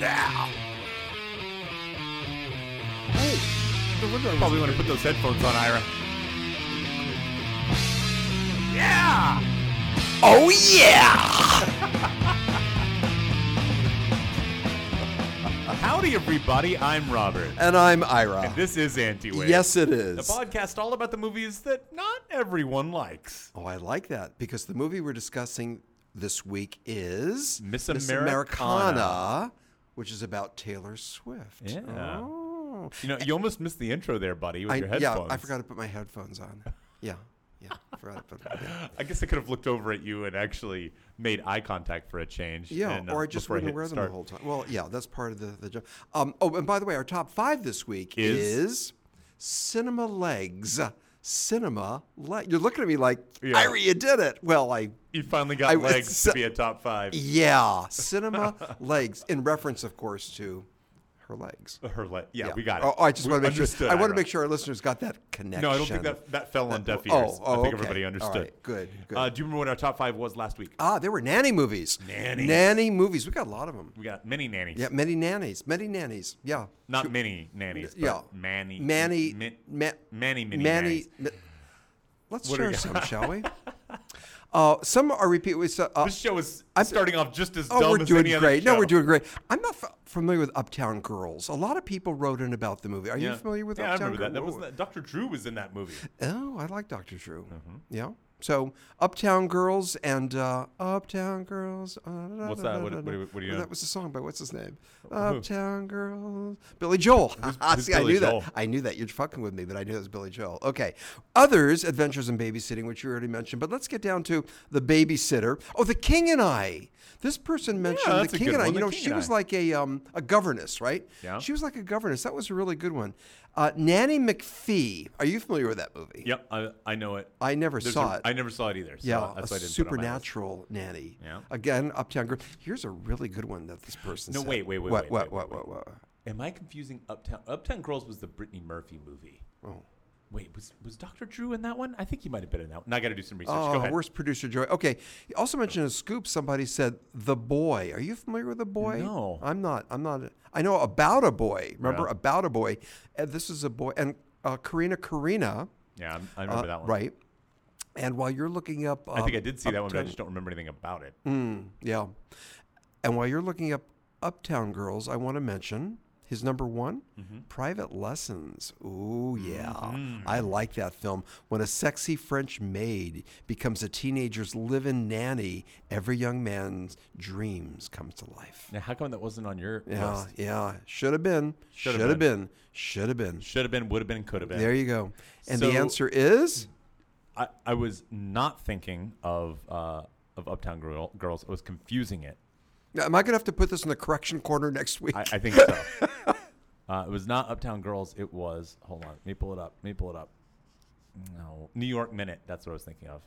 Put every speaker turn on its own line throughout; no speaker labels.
now.
No wonder I
Probably want to put those headphones on, Ira.
Yeah. Oh yeah.
Howdy, everybody. I'm Robert.
And I'm Ira.
And this is Anti-Wave.
yes, it
The
is.
podcast all about the movies that not everyone likes.
Oh, I like that because the movie we're discussing this week is
Miss
Americana, which is about Taylor Swift.
Yeah.
Oh.
You know, you almost missed the intro there, buddy, with
I,
your headphones.
yeah, I forgot to put my headphones on. Yeah. Yeah, I forgot to put them on.
I guess I could have looked over at you and actually made eye contact for a change.
Yeah,
and, uh,
or I just
before
wouldn't
hit
wear them
start.
the whole time. Well, yeah, that's part of the, the job. Um, oh, and by the way, our top five this week
Is?
is, Cinema Legs. Cinema Legs. You're looking at me like,
Yeah.
Ira, you did it. Well, I,
You finally got
I was-
legs to be a top five.
yeah, Cinema Legs, in reference, of course, to her legs.
Her le- Oh, yeah, we got it.
Oh, I just
We
want to make sure.
understood,
I want
Ira.
to make sure our listeners got that connection.
No, I don't think that that fell on deaf ears.
Oh,
I
oh,
think
okay.
everybody
All
understood.
right, good, good.
Uh, do you remember what our top five was last week?
Ah, there were nanny movies.
Nannies.
Nanny movies. We got a lot of them.
We got many nannies.
Yeah, many nannies. Many nannies. Yeah.
Not many nannies. But
yeah.
Manny.
Manny.
Min,
Ma-
Manny mini
Manny.
nannies.
Ma- let's
What do we
share
got?
some, shall we? Uh, some are repeat. we saw- Uh,
This show is
I'm-
starting off just as dumb
oh, we're
as
doing
any other
great. No, we're
show.
doing great. I'm not f- familiar with Uptown Girls. A lot of people wrote in about the movie. Are
Yeah.
you familiar with
yeah, I
Uptown
remember that. That was
Girls?
that- Dr. Drew was in that movie.
Oh, I like Dr. Drew.
Mm-hmm.
Yeah. So Uptown Girls and uh, Uptown Girls. uh, da,
What's
da,
that?
da,
What-
da,
what do
da.
you- what do you
Well,
know?
That was a song by what's his name? Uptown Girls. Billy Joel.
who's
See, I
Billy
knew
Joel?
that. I knew that. You're fucking with me, but I knew it was Billy Joel. Okay. Others, Adventures in Babysitting, which you already mentioned. But let's get down to The Babysitter. Oh, The King and I. This person mentioned
that's a
The King
good
and I.
one,
You
The
know,
King
she
and
was
I.
like a um, a governess, right?
Yeah.
She was like a governess. That was a really good one. Uh, Nanny McPhee. Are you familiar with that movie?
Yep, I, I know it.
I never
There's
saw
a-
it.
I never saw it either. So that's
yeah, a
why I didn't Put it on my list.
supernatural nanny.
Yeah.
Again, Uptown Girl. Here's a really good one that this person.
No,
said.
wait, wait, wait,
What?
wait,
what?
wait,
what?
wait,
What? What?
Am I confusing Uptown? Uptown Girls was the Brittany Murphy movie.
Oh.
Wait, was was Dr. Drew in that one? I think he might have been in that one. Now I got to do some research. Go
Oh,
ahead.
worst producer Joy. Okay. He also mentioned a scoop. Somebody said the boy. Are you familiar with the boy?
No.
I'm not. I'm not. I know about a boy. Remember
Yeah.
about a boy. And this is a boy. And uh, Karina, Karina.
Yeah, I'm- I remember
uh,
that one.
Right. And while you're looking up,
I think I
um, Hmm.
did see that one, but I
Uptown-
just don't remember anything about it.
Mm, Yeah. And while you're looking up Uptown Girls, I want to mention his number one,
Mm-hmm.
Private Lessons. Ooh, yeah. I like that film. When a sexy French maid becomes a teenager's live in nanny, every young man's dreams come to life.
Now, how come that wasn't on your
Yeah,
list?
yeah. Should have been.
Shoulda
Should have been. Should have been.
Should have been, would have been, could have been.
There you go. And the
So-
answer is
I, I was not thinking of uh, of Uptown Girl, Girls. I was confusing it.
Now, Am I going to have to put this in the correction corner next week?
I, I think so. uh, it was not Uptown Girls. It was. Hold on. Let me pull it up. Let me pull it up. No, New York Minute. That's what I was thinking of.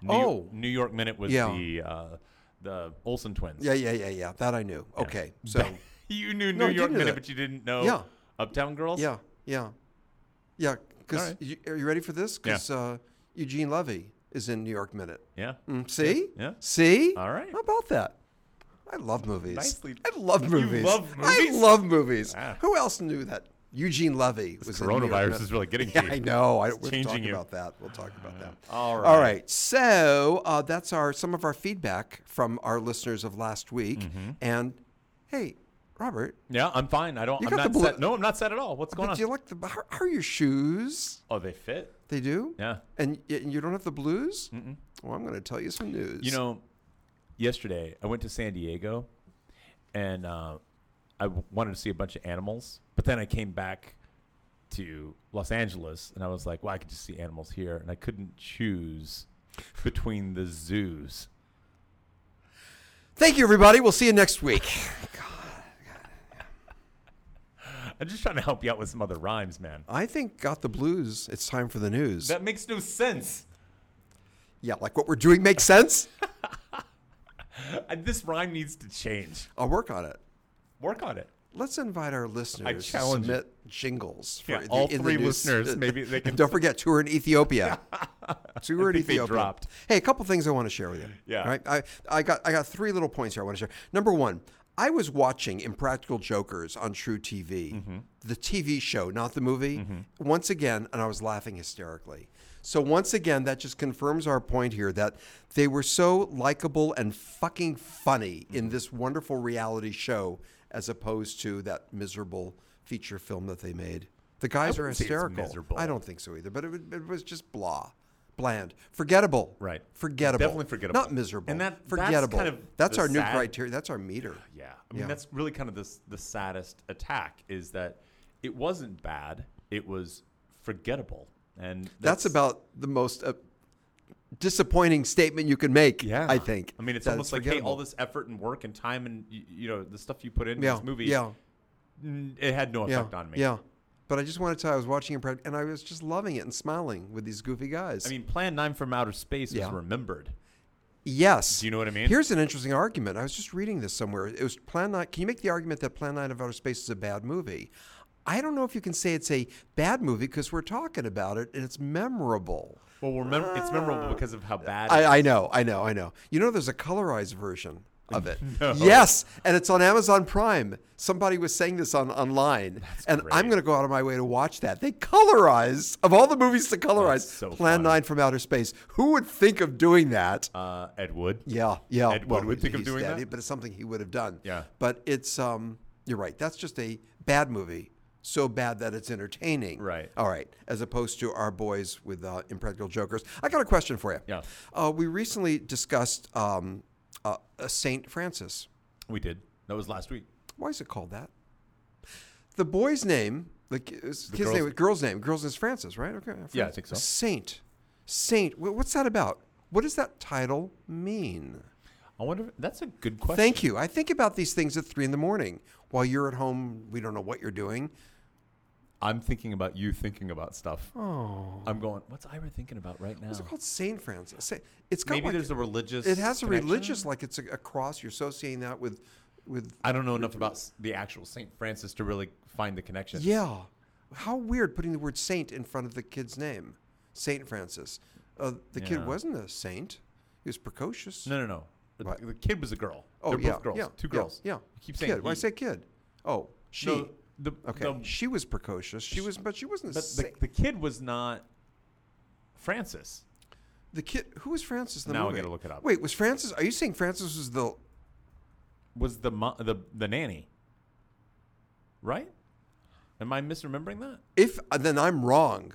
New Yo-
Oh.
New York Minute was
Yeah.
the uh, the Olsen twins.
yeah, yeah, yeah, yeah. That I knew. Okay. So.
you knew New
No, I did
York
know
Minute,
that.
but you didn't know
Yeah.
Uptown Girls.
Yeah, yeah, yeah. Because
right.
you, are you ready for this? Because uh, Eugene Levy is in New York Minute.
yeah.
Mm, see?
yeah.
See?
All right.
How about that? I love movies.
Nicely-
I love movies.
love movies?
I love movies.
Ah.
Who else knew that? Eugene Levy was in New York
coronavirus
Minute.
is really getting
Yeah,
to you.
I know. I, we'll
changing
talk
you. Uh,
about that. We'll talk about that.
all
All
right.
right. So uh, that's our some of our feedback from our listeners of last week.
Mm-hmm.
And hey, Robert,
Yeah, I'm fine. I don't.
You
I'm
got
not
the blue-
set. No, I'm not set at all. What's going
but
on?
do you like the how, how are your shoes?
oh, they fit.
They do?
Yeah.
And, y- and you don't have the blues? Mm-mm. Well, I'm going to tell you some news.
You know, yesterday I went to San Diego, and uh, I w- wanted to see a bunch of animals. But then I came back to Los Angeles, and I was like, "Well, I could just see animals here," and I couldn't choose between the zoos.
Thank you, everybody. We'll see you next week.
I'm just trying to help you out with some other rhymes, man.
I think got the blues. It's time for the news.
That makes no sense.
yeah, like what we're doing makes sense.
I, this rhyme needs to change.
I'll work on it.
Work on it.
Let's invite our listeners
challenge
to submit jingles for
Yeah,
the,
all
in the
three
news.
listeners, maybe they can-
And don't forget tour in Ethiopia. tour in
think they
Ethiopia.
dropped.
Hey, a couple things I want to share with you.
Yeah.
All Right. I, I got I got three little points here I want to share. Number one, I was watching Impractical Jokers on True TV,
Mm-hmm.
the TV show, not the movie, once again, and I was laughing hysterically. So, once again, that just confirms our point here that they were so likable and fucking funny
Mm-hmm.
in this wonderful reality show as opposed to that miserable feature film that they made. The guys are
wouldn't say it's
hysterical.
miserable.
I don't think so either, but it, wa- it was just blah, bland, forgettable.
Right.
Forgettable.
Definitely forgettable.
Not miserable.
And that- that's
forgettable.
kind of
That's
the
our new
sad-
criteria. That's our meter.
Yeah, I mean
Yeah.
that's really kind of this the saddest attack is that it wasn't bad; it was forgettable, and
That's, about the most uh, disappointing statement you can make.
yeah.
I think.
I mean, it's
that
almost like hey, all
forgettable.
this effort and work and time and you, you know the stuff you put into
Yeah.
this movie,
Yeah.
n- it had no
Yeah.
effect on me.
Yeah. But I just wanted to. I was watching it, and I was just loving it and smiling with these goofy guys.
I mean, Plan Nine from Outer Space
Yeah.
is remembered.
Yes.
Do you know what I mean?
Here's an interesting argument. I was just reading this somewhere. It was Plan 9. Can you make the argument that Plan 9 of Outer Space is a bad movie? I don't know if you can say it's a bad movie because we're talking about it and it's memorable.
Well, remember, it's memorable because of how bad. it
Ah. I, I
is.
know, I know, I know. You know, there's a colorized version of it. Yes, and it's on Amazon Prime. Somebody was saying this on online, and
great.
I'm going to go out of my way to watch that. They colorized of all the movies to colorize
so
Plan
funny.
Nine from Outer Space. Who would think of doing that?
Uh, Ed Wood.
Yeah, yeah.
Ed Wood would think of
he's
doing
dead,
that?
but it's something he would have done.
Yeah.
But it's um, you're right. That's just a bad movie, so bad that it's entertaining.
Right.
All right. As opposed to our boys with uh, Impractical Jokers. I got a question for you.
Yeah.
Uh, we recently discussed um, uh, uh, Saint Francis.
We did. That was last week.
Why is it called that? The boy's name, the ki- his
The
kid's
girl's-
name, girl's name, girl's name is Francis, right? Okay.
Yeah, I think so.
Saint, Saint. Wh- What's that about? What does that title mean?
I wonder. If, that's a good question.
Thank you. I think about these things at three in the morning while you're at home. We don't know what you're doing.
I'm thinking about you thinking about stuff. Oh. I'm going. What's Ira thinking about right now?
What's it called? Saint Francis. Sa- It's got
Oh. Maybe
like,
there's a religious.
it has a
connection?
religious like it's a, a cross. You're associating that with with
I don't know enough about s- the actual Saint Francis to really find the connection.
yeah. How weird putting the word saint in front of the kid's name, Saint Francis. Uh, the
Yeah.
kid wasn't a saint. He was precocious.
No, no, no. The,
What?
the kid was a girl.
oh
They're
yeah,
both girls.
yeah,
Two
yeah,
girls.
Yeah,
You keep saying.
kid. Why
he.
I say kid? Oh, she.
No, the,
okay,
the-
she was precocious. She was, but she wasn't. A
but the,
saint.
the kid was not Francis.
The kid who was Francis in the
Now I
movie?
gotta look it up.
Wait, was Francis? Are you saying Francis was the?
Was the mo- the the nanny? Right? Am I misremembering that?
If uh, then I'm wrong.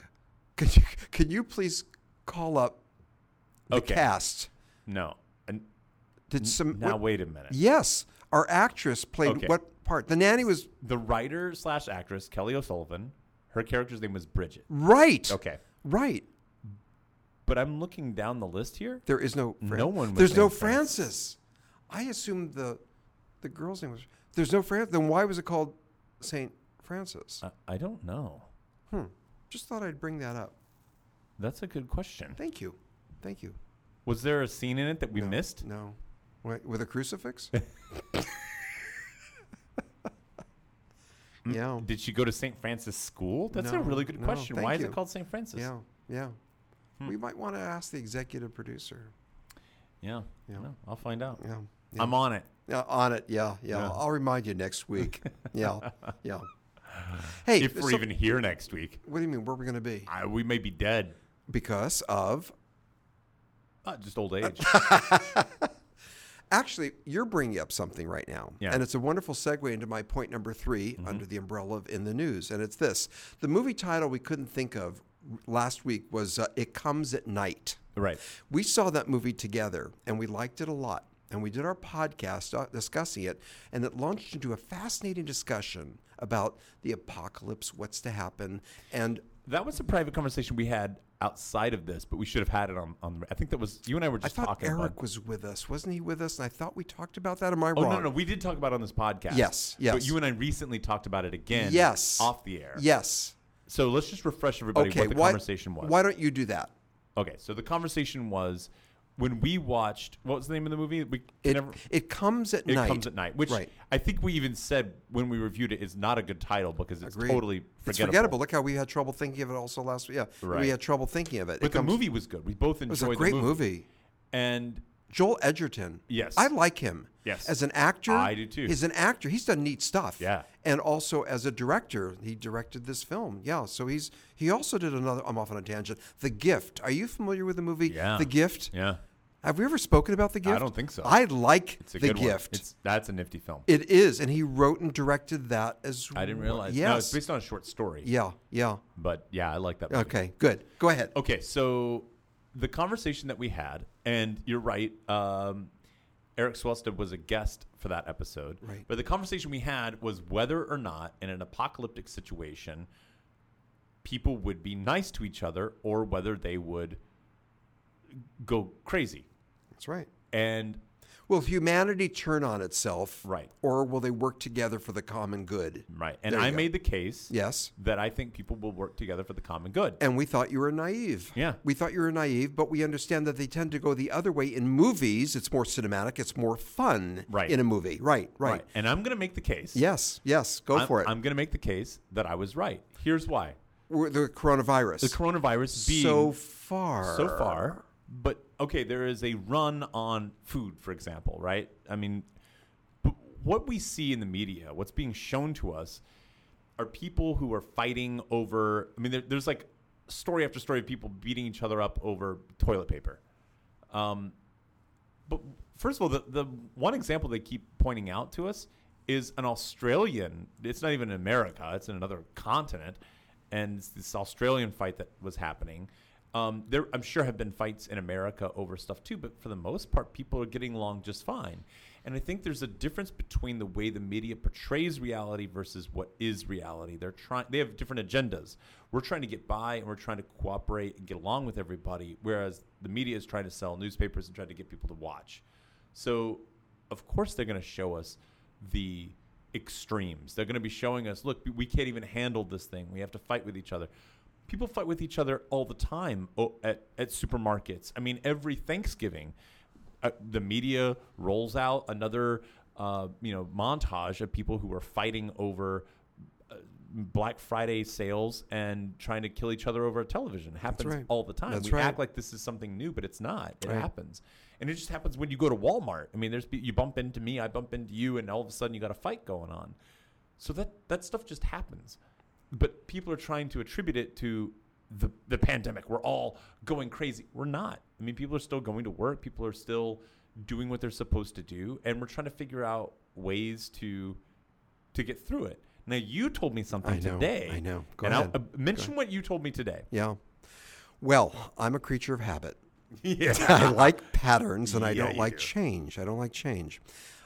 Could you could you please call up the
Okay.
cast?
No. And
Did some?
now
Um, what-
wait a minute.
yes, our actress played
Okay.
what part? The nanny was
The writer slash actress Kelly O'Sullivan. Her character's name was Bridget.
right.
Okay.
right.
But I'm looking down the list here.
There is no Fran-
No one was
There's no
named Francis.
Francis. I assumed the the girl's name was. There's no Francis. Then why was it called Saint Francis?
I, I don't know.
hmm. Just thought I'd bring that up.
That's a good question.
Thank you. Thank you.
Was there a scene in it that we
No,
missed?
No. Wait, with a crucifix? yeah.
Did she go to St. Francis School? That's a
No,
really good
no,
question.
thank
Why is
you.
it called St. Francis?
Yeah. Yeah.
Hmm.
We might want to ask the executive producer.
Yeah.
Yeah.
No, I'll find out.
Yeah. yeah.
I'm on it.
Yeah, on it. Yeah, yeah.
Yeah.
I'll remind you next week. yeah. Yeah. Hey,
if we're
so-
even here next week,
what do you mean? Where are we going to be?
I, we may be dead.
Because of
Uh, just old age.
Actually, you're bringing up something right now.
Yeah. Mm-hmm.
And it's a wonderful segue into my point number 3 under the umbrella of In the News. And it's this the movie title we couldn't think of last week was uh, It Comes at Night.
right.
We saw that movie together and we liked it a lot. And we did our podcast uh, discussing it, and it launched into a fascinating discussion about the apocalypse, what's to happen, and
That was a private conversation we had outside of this, but we should have had it on. on I think that was you and I were
I
just
thought
talking.
Eric
about,
was with us, wasn't he with us? And I thought we talked about that. Am I
oh
wrong?
no, no, we did talk about it on this podcast.
Yes,
But
yes.
you and I recently talked about it again.
Yes.
Off the air.
Yes.
So let's just refresh everybody
Okay.
what the
why,
conversation was.
Why don't you do that?
Okay, so the conversation was when we watched what was the name of the movie? We
It,
never
it comes at
It
night.
comes at night, which
right.
I think we even said when we reviewed it is not a good title because it's
Agreed.
totally forgettable.
It's forgettable. Look how we had trouble thinking of it also last week. Yeah,
Right.
we had trouble thinking of it.
But
it
the
comes,
movie was good. We both
it was
enjoyed
a great
the
movie.
And
Joel Edgerton.
Yes.
I like him.
Yes.
As an actor.
I do too.
As an actor, he's done neat stuff.
Yeah.
And also as a director, he directed this film. Yeah. So he's he also did another I'm off on a tangent. The Gift. Are you familiar with the movie
Yeah.
The Gift?
Yeah.
Have we ever spoken about The Gift?
don't think so.
I like
It's a
The
good
Gift.
one. It's, that's a nifty film.
It is, and he wrote and directed that as well.
I didn't realize.
Yes.
No, it's based on a short story.
yeah, yeah.
But yeah, I like that. movie.
Okay, good. Go ahead.
Okay, so the conversation that we had, and you're right, um, Eric Swelstead was a guest for that episode.
Right.
But the conversation we had was whether or not, in an apocalyptic situation, people would be nice to each other or whether they would go crazy.
That's right.
And
Will humanity turn on itself?
Right.
Or will they work together for the common good?
right, and
There you
I
go.
made the case
Yes.
that I think people will work together for the common good.
And we thought you were naive.
Yeah.
We thought you were naive, but we understand that they tend to go the other way in movies. It's more cinematic, it's more fun
Right.
in a movie. Right, right.
And I'm going to make the case.
Yes, yes. Go
I'm-
for it.
I'm going to make the case that I was right. Here's why.
We're- the coronavirus.
The coronavirus being
so far.
so far. But okay, there is a run on food, for example, right? I mean, b- what we see in the media, what's being shown to us, are people who are fighting over. I mean, there, there's like story after story of people beating each other up over toilet paper. Um, but first of all, the, the one example they keep pointing out to us is an Australian. It's not even in America, it's in another continent. And it's this Australian fight that was happening. Um, there, I'm sure, have been fights in America over stuff too, but for the most part, people are getting along just fine. And I think there's a difference between the way the media portrays reality versus what is reality. They're trying; they have different agendas. We're trying to get by, and we're trying to cooperate and get along with everybody, whereas the media is trying to sell newspapers and trying to get people to watch. So, of course, they're going to show us the extremes. They're going to be showing us, look, we can't even handle this thing. We have to fight with each other. People fight with each other all the time o- at, at supermarkets. I mean, every Thanksgiving, uh, the media rolls out another uh, you know montage of people who are fighting over uh, Black Friday sales and trying to kill each other over television. It happens
right.
all the time.
That's
we
right.
act like this is something new, but it's not. It
Right.
happens, and it just happens when you go to Walmart. I mean, there's you bump into me, I bump into you, and all of a sudden you got a fight going on. So that that stuff just happens, but people are trying to attribute it to the the pandemic. We're all going crazy. We're not. I mean, people are still going to work. People are still doing what they're supposed to do, and we're trying to figure out ways to to get through it. Now you told me something
I know,
today.
I know. Go
and I'll,
ahead.
uh, mention what you told me today.
Yeah. Well, I'm a creature of habit.
yeah.
I like patterns and I
Yeah,
don't
you
like
do.
change. I don't like change.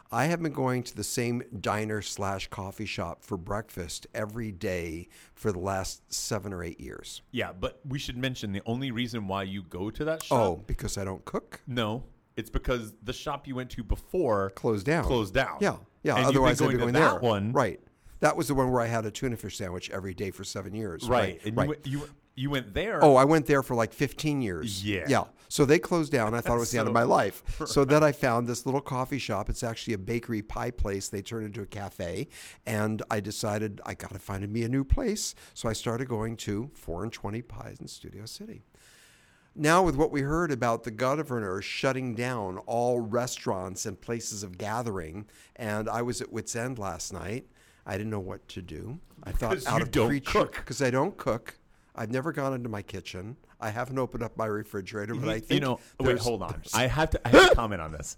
I have been going to the same diner slash coffee shop for breakfast every day for the last seven or eight years.
Yeah, but we should mention the only reason why you go to that shop.
Oh, because I don't cook?
no, it's because the shop you went to before
Closed down.
Closed down.
Yeah. Yeah.
And you've been
Otherwise,
going
I'd be
to
going
that
there.
one.
Right. That was the one where I had a tuna fish sandwich every day for seven years.
right, and
right.
You, went- you you went there.
Oh, I went there for like 15 years.
Yeah.
Yeah. So they closed down. I thought it was the end of
So-
my life. So then I found this little coffee shop. It's actually a bakery pie place. They turned into a cafe. And I decided I got to find me a new place. So I started going to 4 and 20 Pies in Studio City. Now, with what we heard about the governor shutting down all restaurants and places of gathering, and I was at Wits End last night, I didn't know what to do. I thought
Because
out
you
of
don't
creature
cook.
because I don't cook. I've never gone into my kitchen. I haven't opened up my refrigerator, but I think
you know. Wait,
there's-
hold on.
there's-
I have to. I have to comment on this.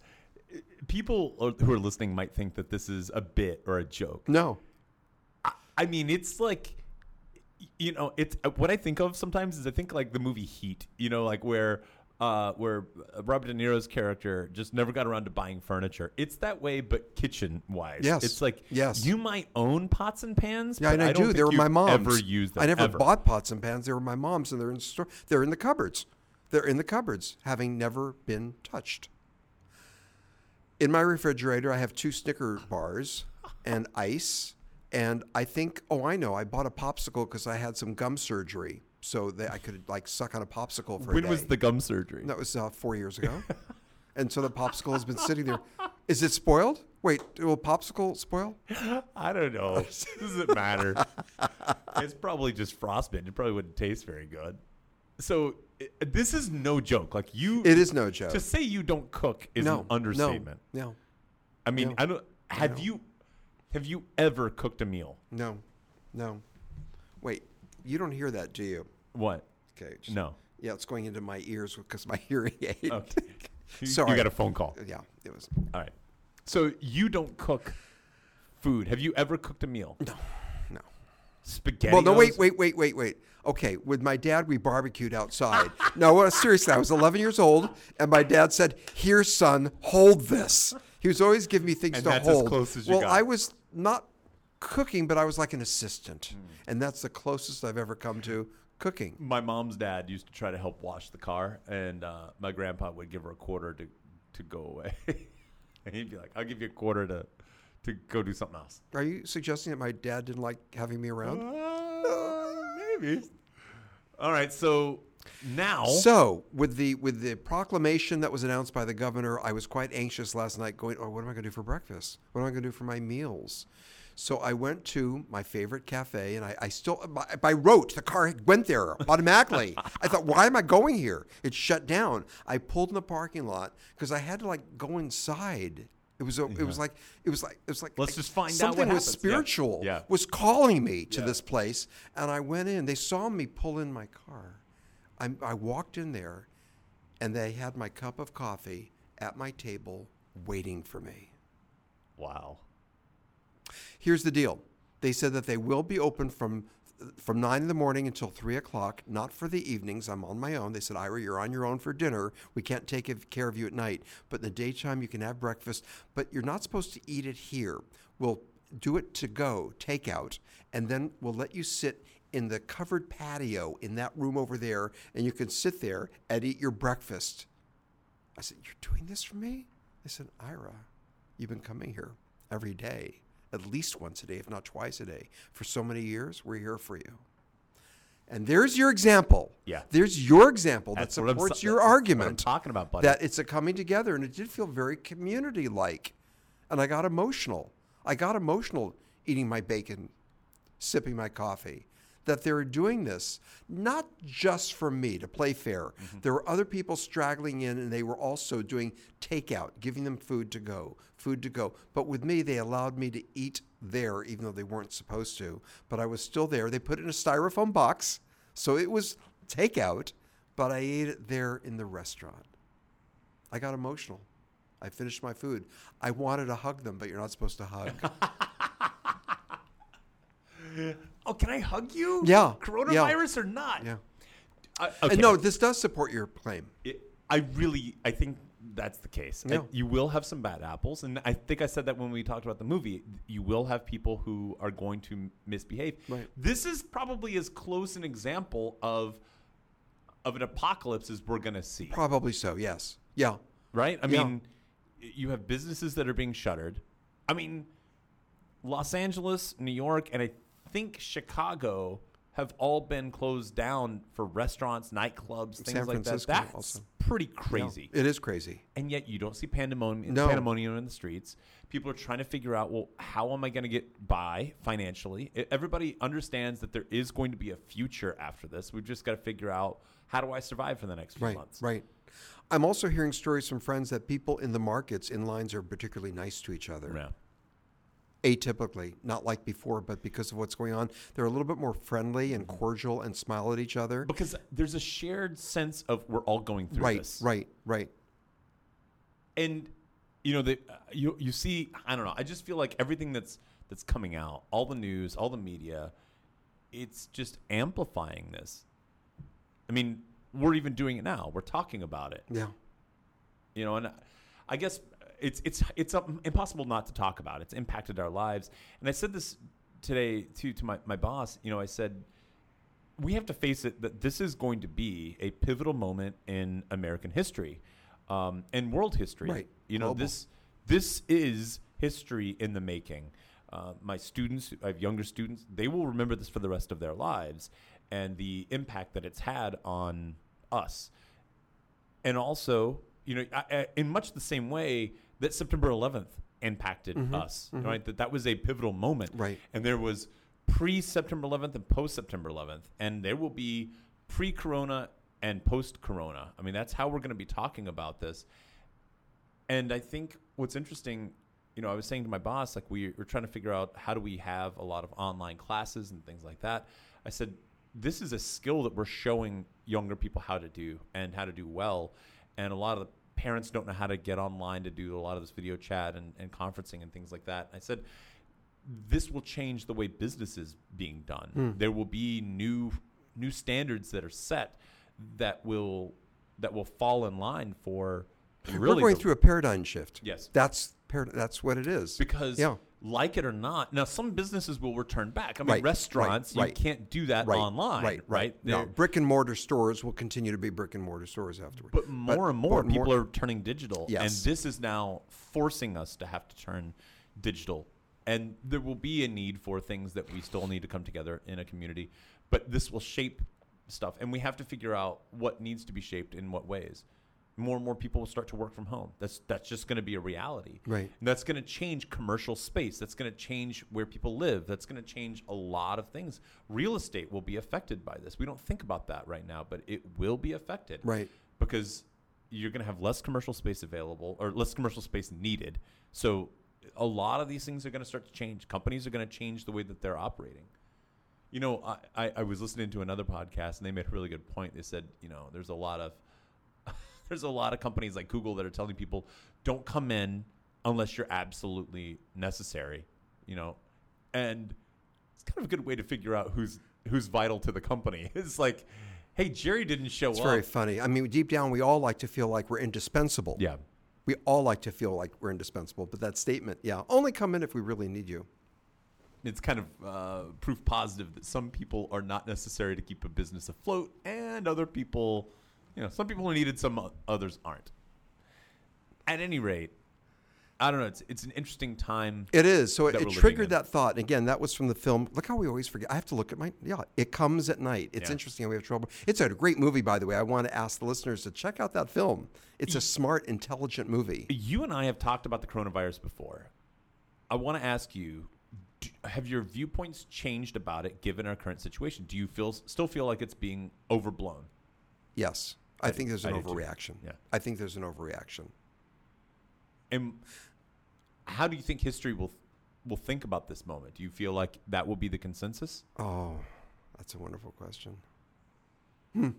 People are- who are listening might think that this is a bit or a joke.
no,
I mean, it's like, you know, it's uh, what I think of sometimes is I think like the movie Heat, you know, like where. Uh, where Robert De Niro's character just never got around to buying furniture. It's that way, but kitchen wise.
Yes.
It's like
Yes.
you might own pots and pans.
yeah,
but
and I,
I don't
do. They
think
were
you've
my mom's.
Ever used them,
I never
ever.
bought pots and pans. They were my mom's, and they're in the store. They're in the cupboards. They're in the cupboards, having never been touched. In my refrigerator, I have two Snicker bars and ice. And I think, oh, I know, I bought a popsicle because I had some gum surgery, so that I could like suck on a popsicle for a
When
day.
was the gum surgery?
That was uh, four years ago. and so the popsicle has been sitting there. Is it spoiled? Wait, will popsicle spoil?
I don't know. Doesn't matter. it's probably just frostbitten. It probably wouldn't taste very good. so i- this is no joke. Like you,
It is no joke.
to say you don't cook is
no
an understatement.
No,
I mean,
No.
I don't. Have
No.
you have you ever cooked a meal?
no, no, no. Wait, you don't hear that, do you?
What?
Okay. just-
No.
Yeah, it's going into my ears because my hearing aid.
Okay. You-
Sorry.
You got a phone call.
Yeah, it was.
All right. So you don't cook food. Have you ever cooked a meal?
No, no.
Spaghetti.
Well, no, wait, wait, wait, wait, wait. Okay, with my dad, we barbecued outside. no, well, seriously, I was 11 years old, and my dad said, "Here, son, hold this." He was always giving me things
And
to
that's as
hold.
close as you
well,
got.
I was not cooking, but I was like an assistant, and that's the closest I've ever come to cooking.
My mom's dad used to try to help wash the car, and uh, my grandpa would give her a quarter to to go away, and he'd be like, "I'll give you a quarter to to go do something else."
Are you suggesting that my dad didn't like having me around?
Uh, maybe. All right. So now,
So, with the with the proclamation that was announced by the governor, I was quite anxious last night. Going, oh, what am I going to do for breakfast? What am I going to do for my meals? So I went to my favorite cafe, and I, I still by, by rote the car went there automatically. I thought, why am I going here? It's shut down. I pulled in the parking lot because I had to like go inside. It was a, it was like it was like it was like
Let's just find out
something
what
was
happens. Yeah.
spiritual
Yeah.
was calling me to
Yeah.
this place, and I went in. They saw me pull in my car. I, I walked in there, and they had my cup of coffee at my table waiting for me.
wow.
Here's the deal: they said that they will be open from from nine in the morning until three o'clock, not for the evenings. I'm on my own. They said, Ira, you're on your own for dinner. We can't take of- care of you at night, but in the daytime you can have breakfast. But you're not supposed to eat it here. We'll do it to go, takeout, and then we'll let you sit in the covered patio in that room over there, and you can sit there and eat your breakfast. I said, You're doing this for me? They said, Ira, you've been coming here every day, at least once a day, if not twice a day, for so many years. We're here for you. And there's your example.
Yeah.
There's your example
That's
that
what I'm
supports
so-
your
that's what I'm
argument.
talking about, buddy.
That it's a coming together, and it did feel very community like. And I got emotional. I got emotional eating my bacon, sipping my coffee. That they're doing this not just for me to play fair. There were other people straggling in, and they were also doing takeout, giving them food to go, food to go. But with me, they allowed me to eat there, even though they weren't supposed to. But I was still there. They put it in a styrofoam box, so it was takeout, but I ate it there in the restaurant. I got emotional. I finished my food. I wanted to hug them, but you're not supposed to hug.
Oh, can I hug you?
Yeah, yeah.
Coronavirus or not?
Yeah.
I,
And
okay.
no, this does support your claim.
it, I really, I think that's the case. I-
Yeah.
you will have some bad apples, and I think I said that when we talked about the movie. You will have people who are going to m- misbehave.
Right.
This is probably as close an example of of an apocalypse as we're going to see.
Probably so, yes. Yeah.
right? I
Yeah.
mean, y- you have businesses that are being shuttered. I mean, Los Angeles, New York, and I think Chicago have all been closed down for restaurants, nightclubs, things
San
like
Francisco
that. That's
also.
pretty
No,
crazy.
it is crazy.
And yet you don't see pandemonium,
No.
pandemonium in the streets. People are trying to figure out, well, how am I going to get by financially? E- Everybody understands that there is going to be a future after this. We've just got to figure out how do I survive for the next few
Right.
months.
Right. I'm also hearing stories from friends that people in the markets in lines are particularly nice to each other.
Yeah.
atypically, not like before, but because of what's going on, they're a little bit more friendly
Mm-hmm.
and cordial and smile at each other.
because there's a shared sense of we're all going through
Right,
this,
right, right.
And you know, the, uh, you you see, I don't know. I just feel like everything that's that's coming out, all the news, all the media, it's just amplifying this. I mean, we're even doing it now. We're talking about it,
Yeah.
you know. And I guess it's it's it's um, impossible not to talk about. it. It's impacted our lives. And I said this today to to my my boss. You know, I said. we have to face it that this is going to be a pivotal moment in American history, um, and world history.
Right.
You know
Global.
this. This is history in the making. Uh, my students, I have younger students. They will remember this for the rest of their lives, and the impact that it's had on us. And also, you know, I, I, in much the same way that September 11th impacted us, right? That that was a pivotal moment,
Right.
and there was pre September 11th and post September 11th, and there will be pre Corona and post corona. I mean, that's how we're going to be talking about this. And I think what's interesting, you know, I was saying to my boss, like, we were trying to figure out how do we have a lot of online classes and things like that. I said, this is a skill that we're showing younger people how to do and how to do well. And a lot of the parents don't know how to get online to do a lot of this video chat and, and conferencing and things like that. I said, this will change the way business is being done.
Hmm.
There will be new new standards that are set that will that will fall in line for really
We're going
the-
through a paradigm shift.
Yes.
That's par- that's what it is.
because
Yeah.
like it or not now some businesses will return back i mean
Right, right,
restaurants
right.
you can't do that
right.
online
Right. Right. No,
They're-
brick and mortar stores will continue to be brick and mortar stores afterwards.
but more and more
but
people are turning digital and
Yes.
this is now forcing us to have to turn digital and there will be a need for things that we still need to come together in a community but this will shape stuff and we have to figure out what needs to be shaped in what ways more and more people will start to work from home that's that's just going to be a reality
Right.
and that's going to change commercial space that's going to change where people live that's going to change a lot of things real estate will be affected by this we don't think about that right now but it will be affected
Right.
because you're going to have less commercial space available or less commercial space needed. So a lot of these things are going to start to change. Companies are going to change the way that they're operating. You know, I, I, I was listening to another podcast and they made a really good point. They said, you know, there's a lot of there's a lot of companies like Google that are telling people don't come in unless you're absolutely necessary, you know. And it's kind of a good way to figure out who's who's vital to the company. It's like, hey, Jerry didn't show
It's
up.
very funny. I mean, deep down, we all like to feel like we're indispensable.
yeah.
We all like to feel like we're indispensable. But that statement, yeah, only come in if we really need you.
it's kind of uh, proof positive that some people are not necessary to keep a business afloat, and other people, you know, some people are needed, some o- others aren't. At any rate, I don't know. It's it's an interesting time.
It is. So it,
that
it
we're living in.
triggered that thought. And again, that was from the film. Look how we always forget. I have to look at my. Yeah, it comes at night. It's
Yeah.
interesting. how We have trouble. It's a great movie, by the way. I want to ask the listeners to check out that film. It's a
Mm.
smart, intelligent movie.
You and I have talked about the coronavirus before. I want to ask you: do, Have your viewpoints changed about it, given our current situation? Do you feel still feel like it's being overblown?
Yes. I, think there's an
I do too.
overreaction.
Yeah.
I think there's an overreaction.
And how do you think history will will think about this moment? Do you feel like that will be the consensus?
Oh, that's a wonderful question. Hmm.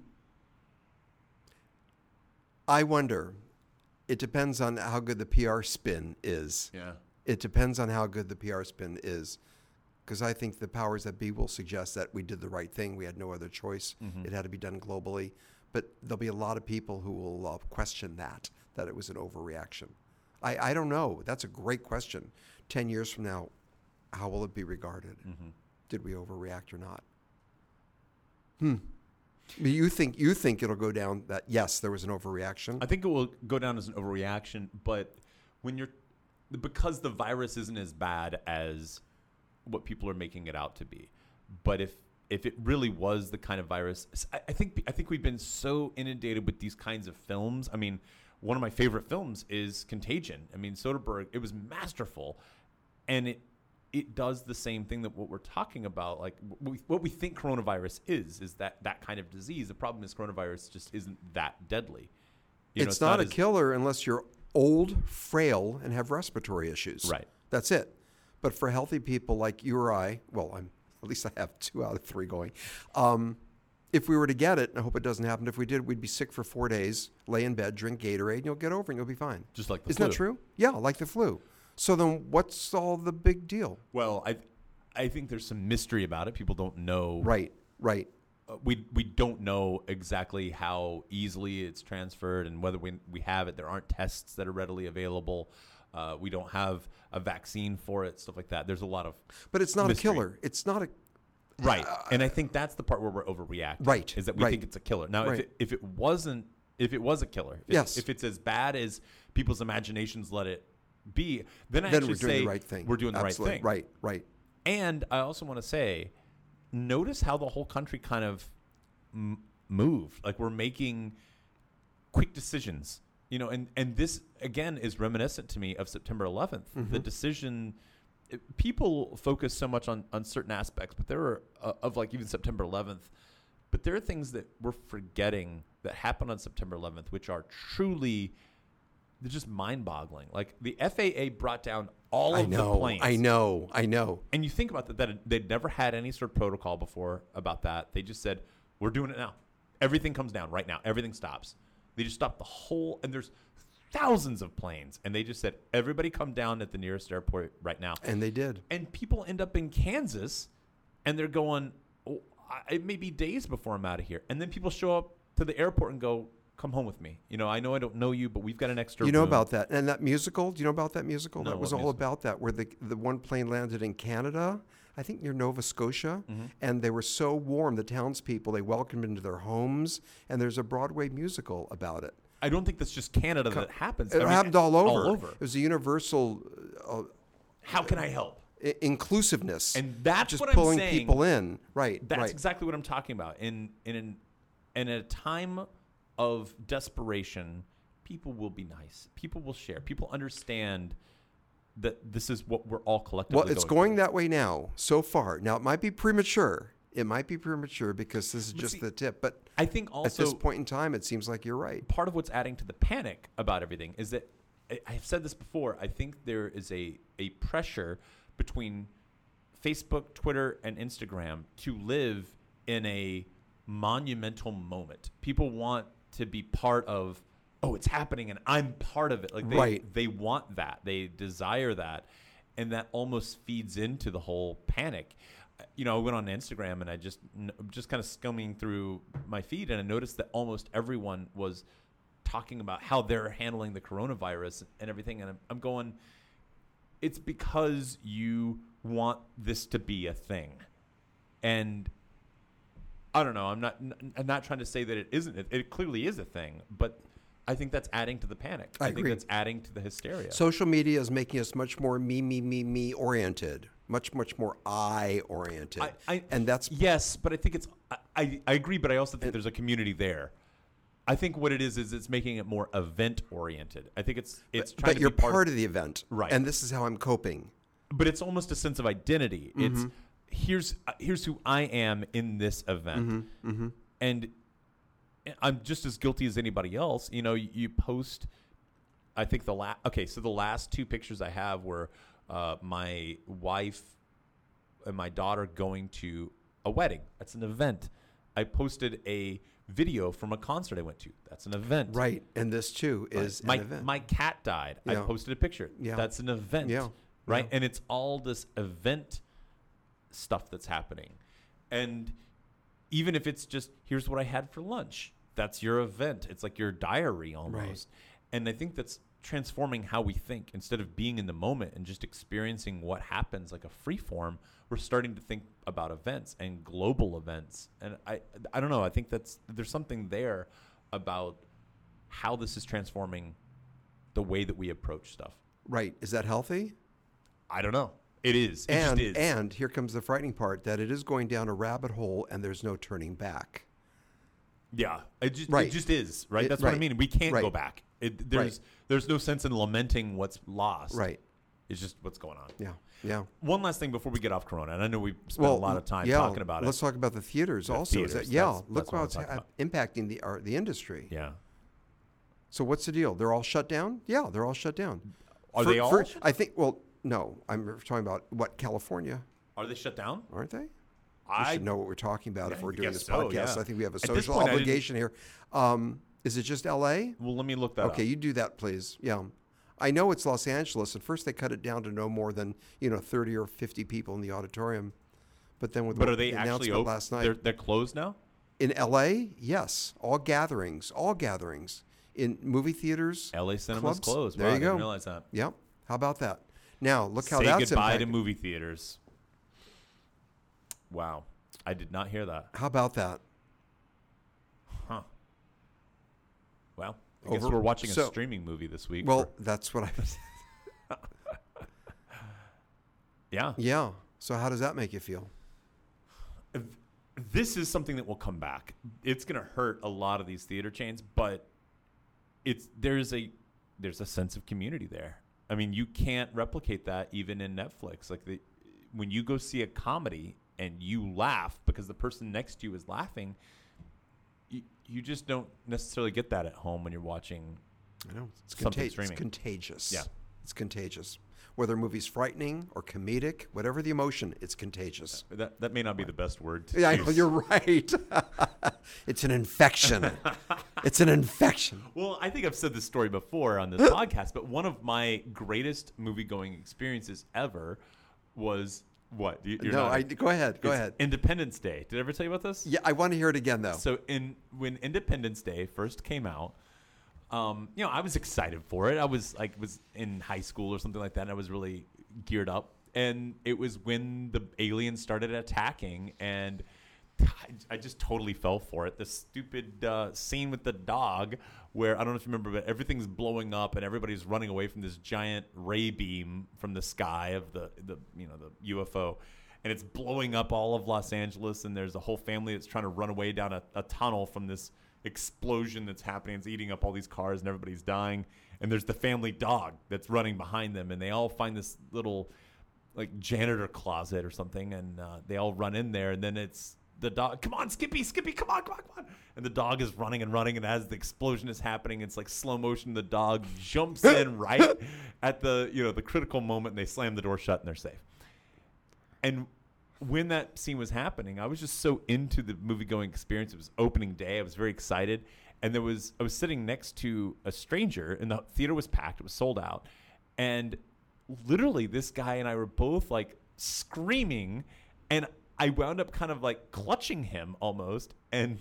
I wonder. It depends on how good the PR spin is.
Yeah.
It depends on how good the PR spin is. Because I think the powers that be will suggest that we did the right thing. We had no other choice. It had to be done globally. But there'll be a lot of people who will uh, question that, that it was an overreaction. I, I don't know. That's a great question. 10 years from now, how will it be regarded? Did we overreact or not? Hmm. You think you think it'll go down that yes, there was an overreaction.
I think it will go down as an overreaction, but when you're because the virus isn't as bad as what people are making it out to be. But if if it really was the kind of virus, I, I think I think we've been so inundated with these kinds of films. I mean, one of my favorite films is Contagion. I mean, Soderbergh. It was masterful, and it it does the same thing that what we're talking about. Like what we, what we think coronavirus is is that that kind of disease. The problem is coronavirus just isn't that deadly. You know,
it's, not, a
as-
killer unless you're old, frail, and have respiratory issues.
Right.
That's it. But for healthy people like you or I, well, I'm at least I have two out of three going. Um, if we were to get it, and I hope it doesn't happen. If we did, we'd be sick for four days, lay in bed, drink Gatorade, and you'll get over it. and You'll be fine.
Just like the
Isn't that
flu.
true? Yeah, like the flu. So then, what's all the big deal?
Well, I I think there's some mystery about it. People don't know.
Right. Right.
uh, we we don't know exactly how easily it's transferred and whether we we have it. There aren't tests that are readily available. Uh, we don't have a vaccine for it, stuff like that. There's a lot of
But it's not
Mystery.
a killer. It's not a.
right, and I think that's the part where we're overreacting.
Uh, Right,
is that we
right.
think it's a killer. Now, if,
Right.
it, if it wasn't, if it was a killer, if, it-
Yes.
if it's as bad as people's imaginations let it be, then I actually
Then we're doing
say
the right thing.
We're doing the
Absolutely.
right thing.
Right. Right.
And I also want to say, notice how the whole country kind of m- moved. Like we're making quick decisions, you know. And and this again is reminiscent to me of September 11th.
Mm-hmm.
The decision. it- People focus so much on, on certain aspects, but there were uh, of like even September 11th, But there are things that we're forgetting that happened on September 11th, which are truly they're just mind-boggling. Like the FAA brought down all
I
of the
know.
planes.
I know. I know.
And you think about that, that they'd never had any sort of protocol before about that. They just said, we're doing it now. Everything comes down right now. Everything stops. They just stopped the whole, and there's thousands of planes. And they just said, everybody come down at the nearest airport right now.
And they did.
And people end up in Kansas and they're going, oh, I- it may be days before I'm out of here. And then people show up to the airport and go, come home with me. You know, I know I don't know you, but we've got an extra
You know
room.
about that. And that musical, do you know about that musical?
No,
that was
what
all
musical?
about that, where the, the one plane landed in Canada, I think near Nova Scotia,
Mm-hmm.
and they were so warm, the townspeople, they welcomed them into their homes, and there's a Broadway musical about it.
I don't think that's just Canada that happens.
It
I mean,
happened all over.
All over.
It was a universal uh,
How can I help?
i- inclusiveness.
And that's
just
what I'm
pulling
saying.
people in. Right,
That's
right.
exactly what I'm talking about. In in an, in a time of desperation, people will be nice. People will share. People understand that this is what we're all collectively.
well, it's going that way now, so far. Now, it might be premature. It might be premature because this is just
see,
the tip, but
through. I think
at this
also
point in time, it seems like you're right.
part of what's adding to the panic about everything is that I- I've said this before. I think there is a a pressure between Facebook, Twitter, and Instagram to live in a monumental moment. People want to be part of. Oh, it's happening, and I'm part of it. Like they,
Right.
they want that. They desire that, and that almost feeds into the whole panic. Uh, You know, I went on Instagram and I just n- just kind of scumming through my feed, and I noticed that almost everyone was talking about how they're handling the coronavirus and everything. And I'm, I'm going, it's because you want this to be a thing and i don't know i'm not n- i'm not trying to say that it isn't it, it clearly is a thing but i think that's adding to the panic
I
think
agree.
that's adding to the hysteria
Social media is making us much more me, me, me, me oriented, much, much more I oriented.
I- I-
and that's
yes but i think it's I- i i agree but i also think there's a community there i think what it is is it's making it more event oriented i think it's it's trying
but
to
you're
be part of
part of the event,
Right.
And this is how I'm coping.
but it's almost a sense of identity.
Mm-hmm.
It's here's uh, here's who I am in this event,
Mm-hmm.
Mm-hmm. and I'm just as guilty as anybody else. You know, you, you post. I think the last okay, so the last two pictures I have were uh, my wife and my daughter going to a wedding. That's an event. I posted a video from a concert I went to. That's an event.
Right. And this too is
my
an event.
my cat died. I
Yeah.
posted a picture.
Yeah.
That's an event.
Yeah.
Right? And it's all this event stuff that's happening. And even if it's just here's what I had for lunch, that's your event. It's like your diary almost. And I think that's transforming how we think. Instead of being in the moment and just experiencing what happens like a free form, we're starting to think about events and global events. And I I don't know, I think that's there's something there about how this is transforming the way that we approach stuff.
right. Is that healthy?
I don't know. It is. It
and
just is.
and here comes the frightening part that it is going down a rabbit hole and there's no turning back.
yeah, it just
Right.
it just is. Right.
It-
That's what I
right.
mean. We can't go
Right.
back. It, there's there's no sense in lamenting what's lost.
Right.
It's just what's going on.
Yeah. Yeah.
One last thing before we get off Corona, and I know we spent a lot of time
yeah,
talking about
Let's
it.
talk about the theaters also. Is
theaters,
that- yeah,
that's-
look
that's what I
how
was
it's
talking
ha- impacting the art, the industry.
Yeah.
So what's the deal? They're all shut down? Yeah, they're all shut down.
Are
For-
they all?
for- I think. Well, no, I'm talking about what California,
are they shut down?
aren't they? We
I
should know what we're talking about if
I
we're doing
guess
this
so,
podcast.
yeah.
I think we have
At
a
this
social
point, I didn't-
obligation here. Um, is it just L.A.?
well, let me look that
Okay,
up.
you do that, please. Yeah, I know it's Los Angeles, and first they cut it down to no more than you know thirty or fifty people in the auditorium. But then with
But
the
are they actually
announcement
open?
last night
They're, they're closed now.
in L.A., yes, all gatherings, all gatherings in movie theaters.
L.A. cinemas
clubs.
closed.
There
Wow,
you
I
go.
didn't realize that.
Yep. How about that? Now look how
Say
that's
goodbye to
impacted-
movie theaters. Wow, I did not hear that.
How about that?
Huh. Well, I guess
Over-
we're watching a
so-
streaming movie this week.
Well,
for-
that's what I.
yeah.
Yeah. So how does that make you feel?
This is something that will come back. It's going to hurt a lot of these theater chains, but it's there's a there's a sense of community there. I mean, you can't replicate that even in Netflix. Like the, when you go see a comedy and you laugh because the person next to you is laughing, you, you just don't necessarily get that at home when you're watching.
I know it's,
Something
contag- it's
streaming.
contagious.
Yeah.
it's contagious. Whether a movie's frightening or comedic, whatever the emotion, it's contagious.
That that may not be the best word. To
Yeah, I know,
use.
you're right. it's an infection. it's an infection.
Well, I think I've said this story before on this podcast, but one of my greatest movie-going experiences ever was what? You- You're
no,
not-
I go ahead. Go
it's
ahead.
Independence Day. Did I ever tell you about this?
yeah, I want to hear it again though.
So in when Independence Day first came out, um, you know, I was excited for it. I was like was in high school or something like that, and I was really geared up. And it was when the aliens started attacking, and I- I just totally fell for it. The stupid uh, scene with the dog, where I don't know if you remember, but everything's blowing up and everybody's running away from this giant ray beam from the sky of the the you know the UFO, and it's blowing up all of Los Angeles. And there's a whole family that's trying to run away down a, a tunnel from this explosion that's happening. It's eating up all these cars, and everybody's dying. And there's the family dog that's running behind them, and they all find this little like janitor closet or something, and uh, they all run in there, and then it's the dog. Come on, Skippy, Skippy, come on, come on, come on! And the dog is running and running, and as the explosion is happening, it's like slow motion. The dog jumps in right at the you know the critical moment, and they slam the door shut, and they're safe. And when that scene was happening, I was just so into the movie going experience. It was opening day. I was very excited. And there was I was sitting next to a stranger and the theater was packed. It was sold out. And literally this guy and I were both like screaming and I wound up kind of like clutching him almost and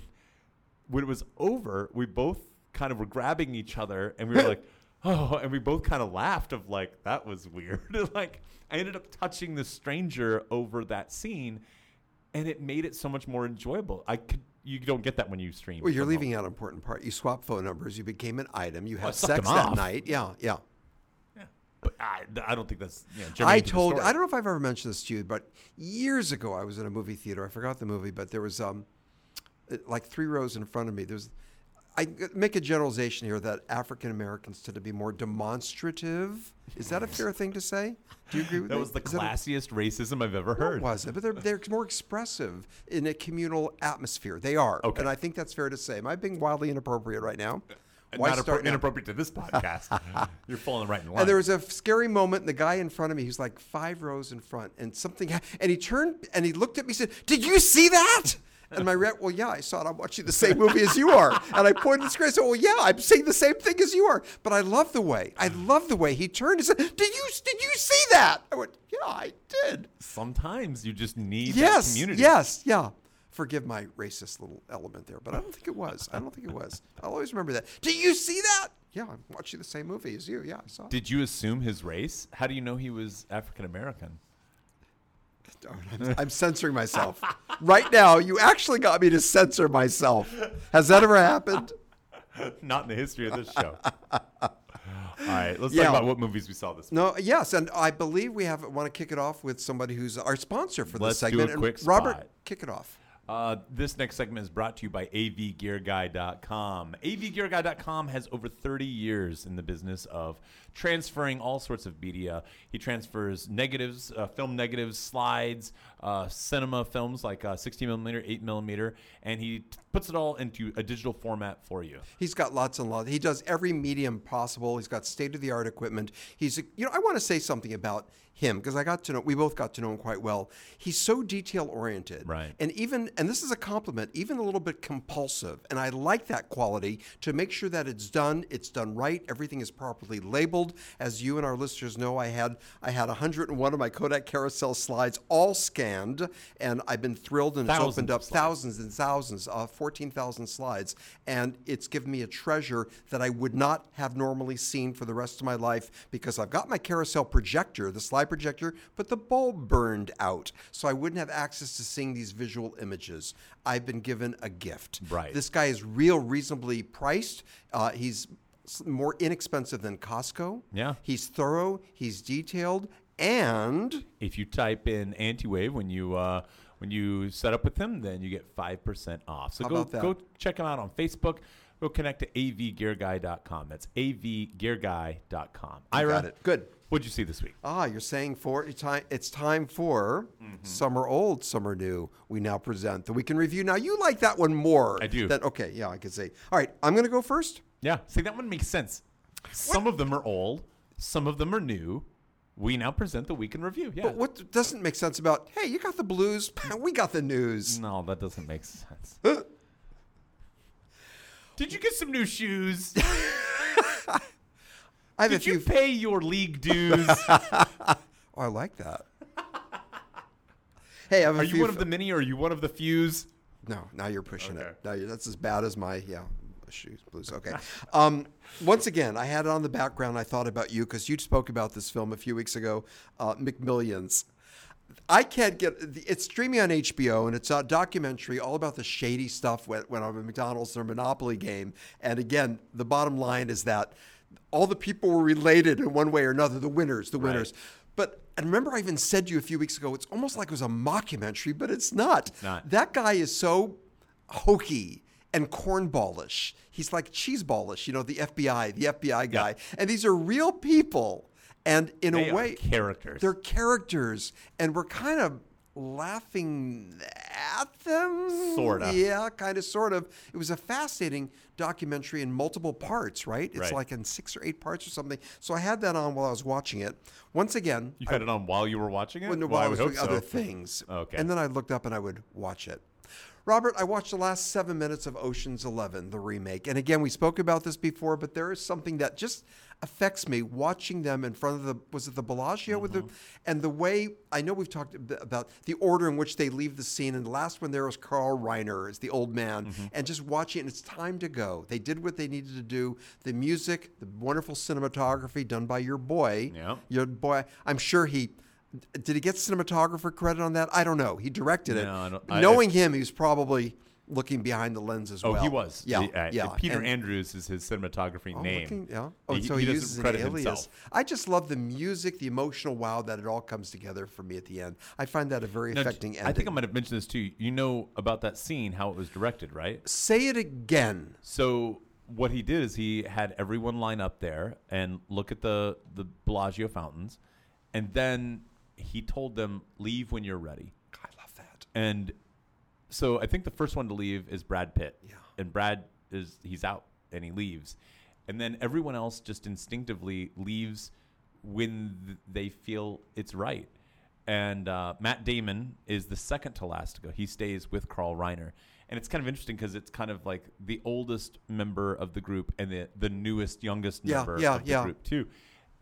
when it was over, we both kind of were grabbing each other and we were like, oh, and we both kind of laughed of like, that was weird. like, I ended up touching the stranger over that scene and it made it so much more enjoyable. I could, you don't get that when you stream.
Well, you're
from
leaving out an important part. You swap phone numbers. You became an item. You had
sucked
sex
them
that
off.
night. Yeah, yeah.
But I, I don't think that's, you know,
I
germane to the
told.
story.
I don't know if I've ever mentioned this to you, but years ago I was in a movie theater. I forgot the movie, but there was um, uh, like three rows in front of me. There's. I g- make a generalization here that African Americans tend to be more demonstrative. Is that a fair thing to say? Do you agree with
That
me?
was the
Is that a-
classiest racism I've ever heard.
was it? But they're, they're more expressive in a communal atmosphere. They are.
Okay.
And I think that's fair to say. Am I being wildly inappropriate right now?
Uh, Not appro-
now?
inappropriate to this podcast. You're falling right in line.
And there was a scary moment. And the guy in front of me, he's like five rows in front, and something. ha- And he turned and he looked at me. and Said, "Did you see that?" And my rep, well, yeah, I saw it. I'm watching the same movie as you are. And I pointed at the screen. I said, well, yeah, I'm seeing the same thing as you are. But I love the way. I love the way he turned and said, "Did you did you see that?" I went, "Yeah, I did."
Sometimes you just need that
Yes,
community.
yes, yeah. Forgive my racist little element there, but I don't think it was. I don't think it was. I'll always remember that. Did you see that? Yeah, I'm watching the same movie as you. Yeah, I saw. it.
Did you assume his race? How do you know he was African American?
Darn, I'm, I'm censoring myself. Right now, you actually got me to censor myself. Has that ever happened?
Not in the history of this show. All right, let's
Yeah.
talk about what movies we saw this week.
No, yes, and I believe we have want to kick it off with somebody who's our sponsor for
Let's
this
do a
segment. And
quick
Robert,
spot.
kick it off.
Uh, this next segment is brought to you by avgearguy.com. avgearguy.com has over 30 years in the business of transferring all sorts of media. He transfers negatives, uh, film negatives, slides, uh, cinema films like uh, 16 millimeter, 8 millimeter, and he t- puts it all into a digital format for you.
He's got lots and lots. He does every medium possible. He's got state of the art equipment. He's, you know, I want to say something about him because I got to know, we both got to know him quite well. He's so detail oriented.
Right.
And even, and this is a compliment, even a little bit compulsive. And I like that quality to make sure that it's done, it's done right, everything is properly labeled. As you and our listeners know, I had, I had 101 of my Kodak carousel slides all scanned and I've been thrilled and it's
Thousands
opened
of
up thousands and thousands, uh, 14,000 slides, and it's given me a treasure that I would not have normally seen for the rest of my life because I've got my carousel projector, the slide projector, but the bulb burned out. So I wouldn't have access to seeing these visual images. I've been given a gift.
Right.
This guy is real reasonably priced. Uh, he's s- more inexpensive than Costco.
Yeah.
He's thorough, he's detailed, and
If you type in anti-wave when you uh, when you set up with him, then you get five percent off. So
How
go
about that?
go check him out on Facebook. Go connect to avgearguy.com. That's avgearguy.com. Ira,
got it. Good.
what'd you see this week? Mm-hmm.
Ah, you're saying for it's time. It's time for Some are old, some are new. We now present that we can review. Now you like that one more.
I do.
That okay, yeah, I could say. All right, I'm gonna go first.
Yeah. See, that one makes sense. Some of them are old, some of them are new. We now present the week in review. Yeah.
But what doesn't make sense about hey, you got the blues, we got the news.
No, that doesn't make sense. Did you get some new shoes?
I have a
Did
few.
you pay your league dues?
oh, I like that. hey, I have a
Are you
few
one of the many or are you one of the fews?
No, now you're pushing
Okay.
it. Now you're, that's as bad as my yeah shoes blues. Okay. Um, once again, I had it on the background. I thought about you because you spoke about this film a few weeks ago, uh, McMillions. I can't get it's streaming on HBO and it's a documentary all about the shady stuff when, when I'm at McDonald's or Monopoly game. And again, the bottom line is that all the people were related in one way or another. The winners, the winners. But and remember, I even said to you a few weeks ago, it's almost like it was a mockumentary, but it's not.
not.
That guy is so hokey and cornballish. He's like cheeseballish, you know, the FBI, the FBI guy. And these are real people. And in
They
a
are
way,
characters.
They're characters, and we're kind of laughing at them.
Sorta.
Yeah, kind of, sort of. It was a fascinating documentary in multiple parts, right? It's
Right.
like in six or eight parts or something. So I had that on while I was watching it. Once again,
You had it on while you were watching it?
when,
Well,
while I,
I would
was
hope
doing other
so.
things.
Okay.
And then I looked up and I would watch it. Robert, I watched the last seven minutes of Ocean's Eleven, the remake. And again, we spoke about this before, but there is something that just affects me watching them in front of the was it the Bellagio with the
Mm-hmm.
and the way I know we've talked ab- about the order in which they leave the scene. And the last one there was Carl Reiner as the old man,
Mm-hmm.
and just watching it. And it's time to go. They did what they needed to do. The music, the wonderful cinematography done by your boy,
Yeah.
your boy. I'm sure he did. He get cinematographer credit on that. I don't know. He directed it.
No, I don't- I-
Knowing him, he was probably looking behind the lens as
Oh,
well.
he was.
Yeah,
He- uh,
yeah.
Peter
and-
Andrews is his cinematography
Oh,
name.
looking- yeah. Oh,
He-
so
he
he,
doesn't
uses an
credit
alias.
himself.
I just love the music, the emotional wow that it all comes together for me at the end. I find that a very
Now,
affecting ending.
I think I might have mentioned this too. You know about that scene, how it was directed, right?
Say it again.
So what he did is he had everyone line up there and look at the the Bellagio fountains, and then he told them leave when you're ready.
I love that.
And so I think the first one to leave is Brad Pitt.
Yeah.
And Brad is he's out and he leaves. And then everyone else just instinctively leaves when th- they feel it's right. And uh, Matt Damon is the second to last to go. He stays with Carl Reiner. And it's kind of interesting because it's kind of like the oldest member of the group and the, the newest, youngest
Yeah,
member
yeah,
of the
yeah.
group, too.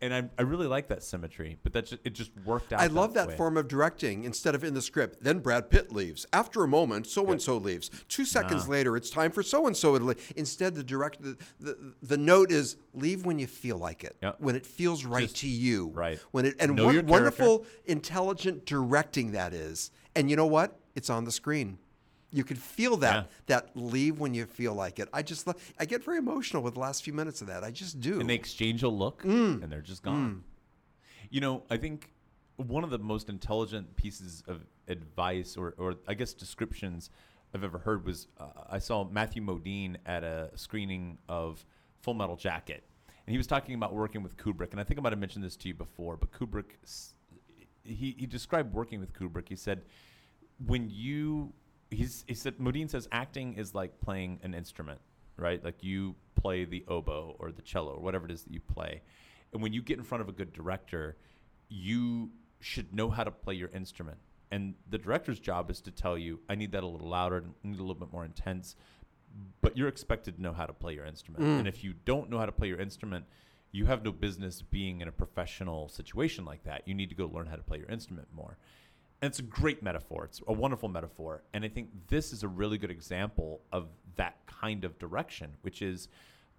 And I, I really like that symmetry, but that's just, it just worked out.
I love that
way.
form of directing instead of in the script. Then Brad Pitt leaves. After a moment, so and so leaves. Two seconds
Ah.
later, it's time for so and so to leave. Instead, the direct the, the the note is leave when you feel like it,
Yeah.
when it feels right
Just-
to you,
right.
When it and
Know your
what
character.
wonderful, intelligent directing that is. And you know what? It's on the screen. You could feel that
Yeah.
that leave when you feel like it. I just lo- I get very emotional with the last few minutes of that. I just do.
and they exchange a look and they're just gone. You know, I think one of the most intelligent pieces of advice or, or I guess descriptions I've ever heard was uh, I saw Matthew Modine at a screening of Full Metal Jacket. And he was talking about working with Kubrick. And I think I might have mentioned this to you before, but Kubrick, s- he, he described working with Kubrick. He said, when you he's he said Modine says acting is like playing an instrument, right? Like you play the oboe or the cello or whatever it is that you play. And when you get in front of a good director, you should know how to play your instrument. And the director's job is to tell you, I need that a little louder, I need a little bit more intense. But you're expected to know how to play your instrument.
Mm.
And if you don't know how to play your instrument, you have no business being in a professional situation like that. You need to go learn how to play your instrument more. And it's a great metaphor. It's a wonderful metaphor. And I think this is a really good example of that kind of direction, which is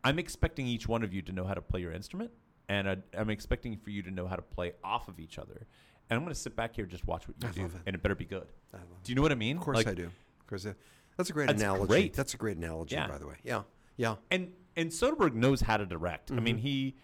I'm expecting each one of you to know how to play your instrument, and I, I'm expecting for you to know how to play off of each other. And I'm going to sit back here and just watch what you do,
love it.
and it better be good.
I love it.
Do you know what I mean?
Of course I do. Of course, I- that's a great
That's
analogy.
great.
That's a great analogy,
Yeah.
by the way. Yeah, yeah.
And and Soderbergh knows how to direct. I mean, he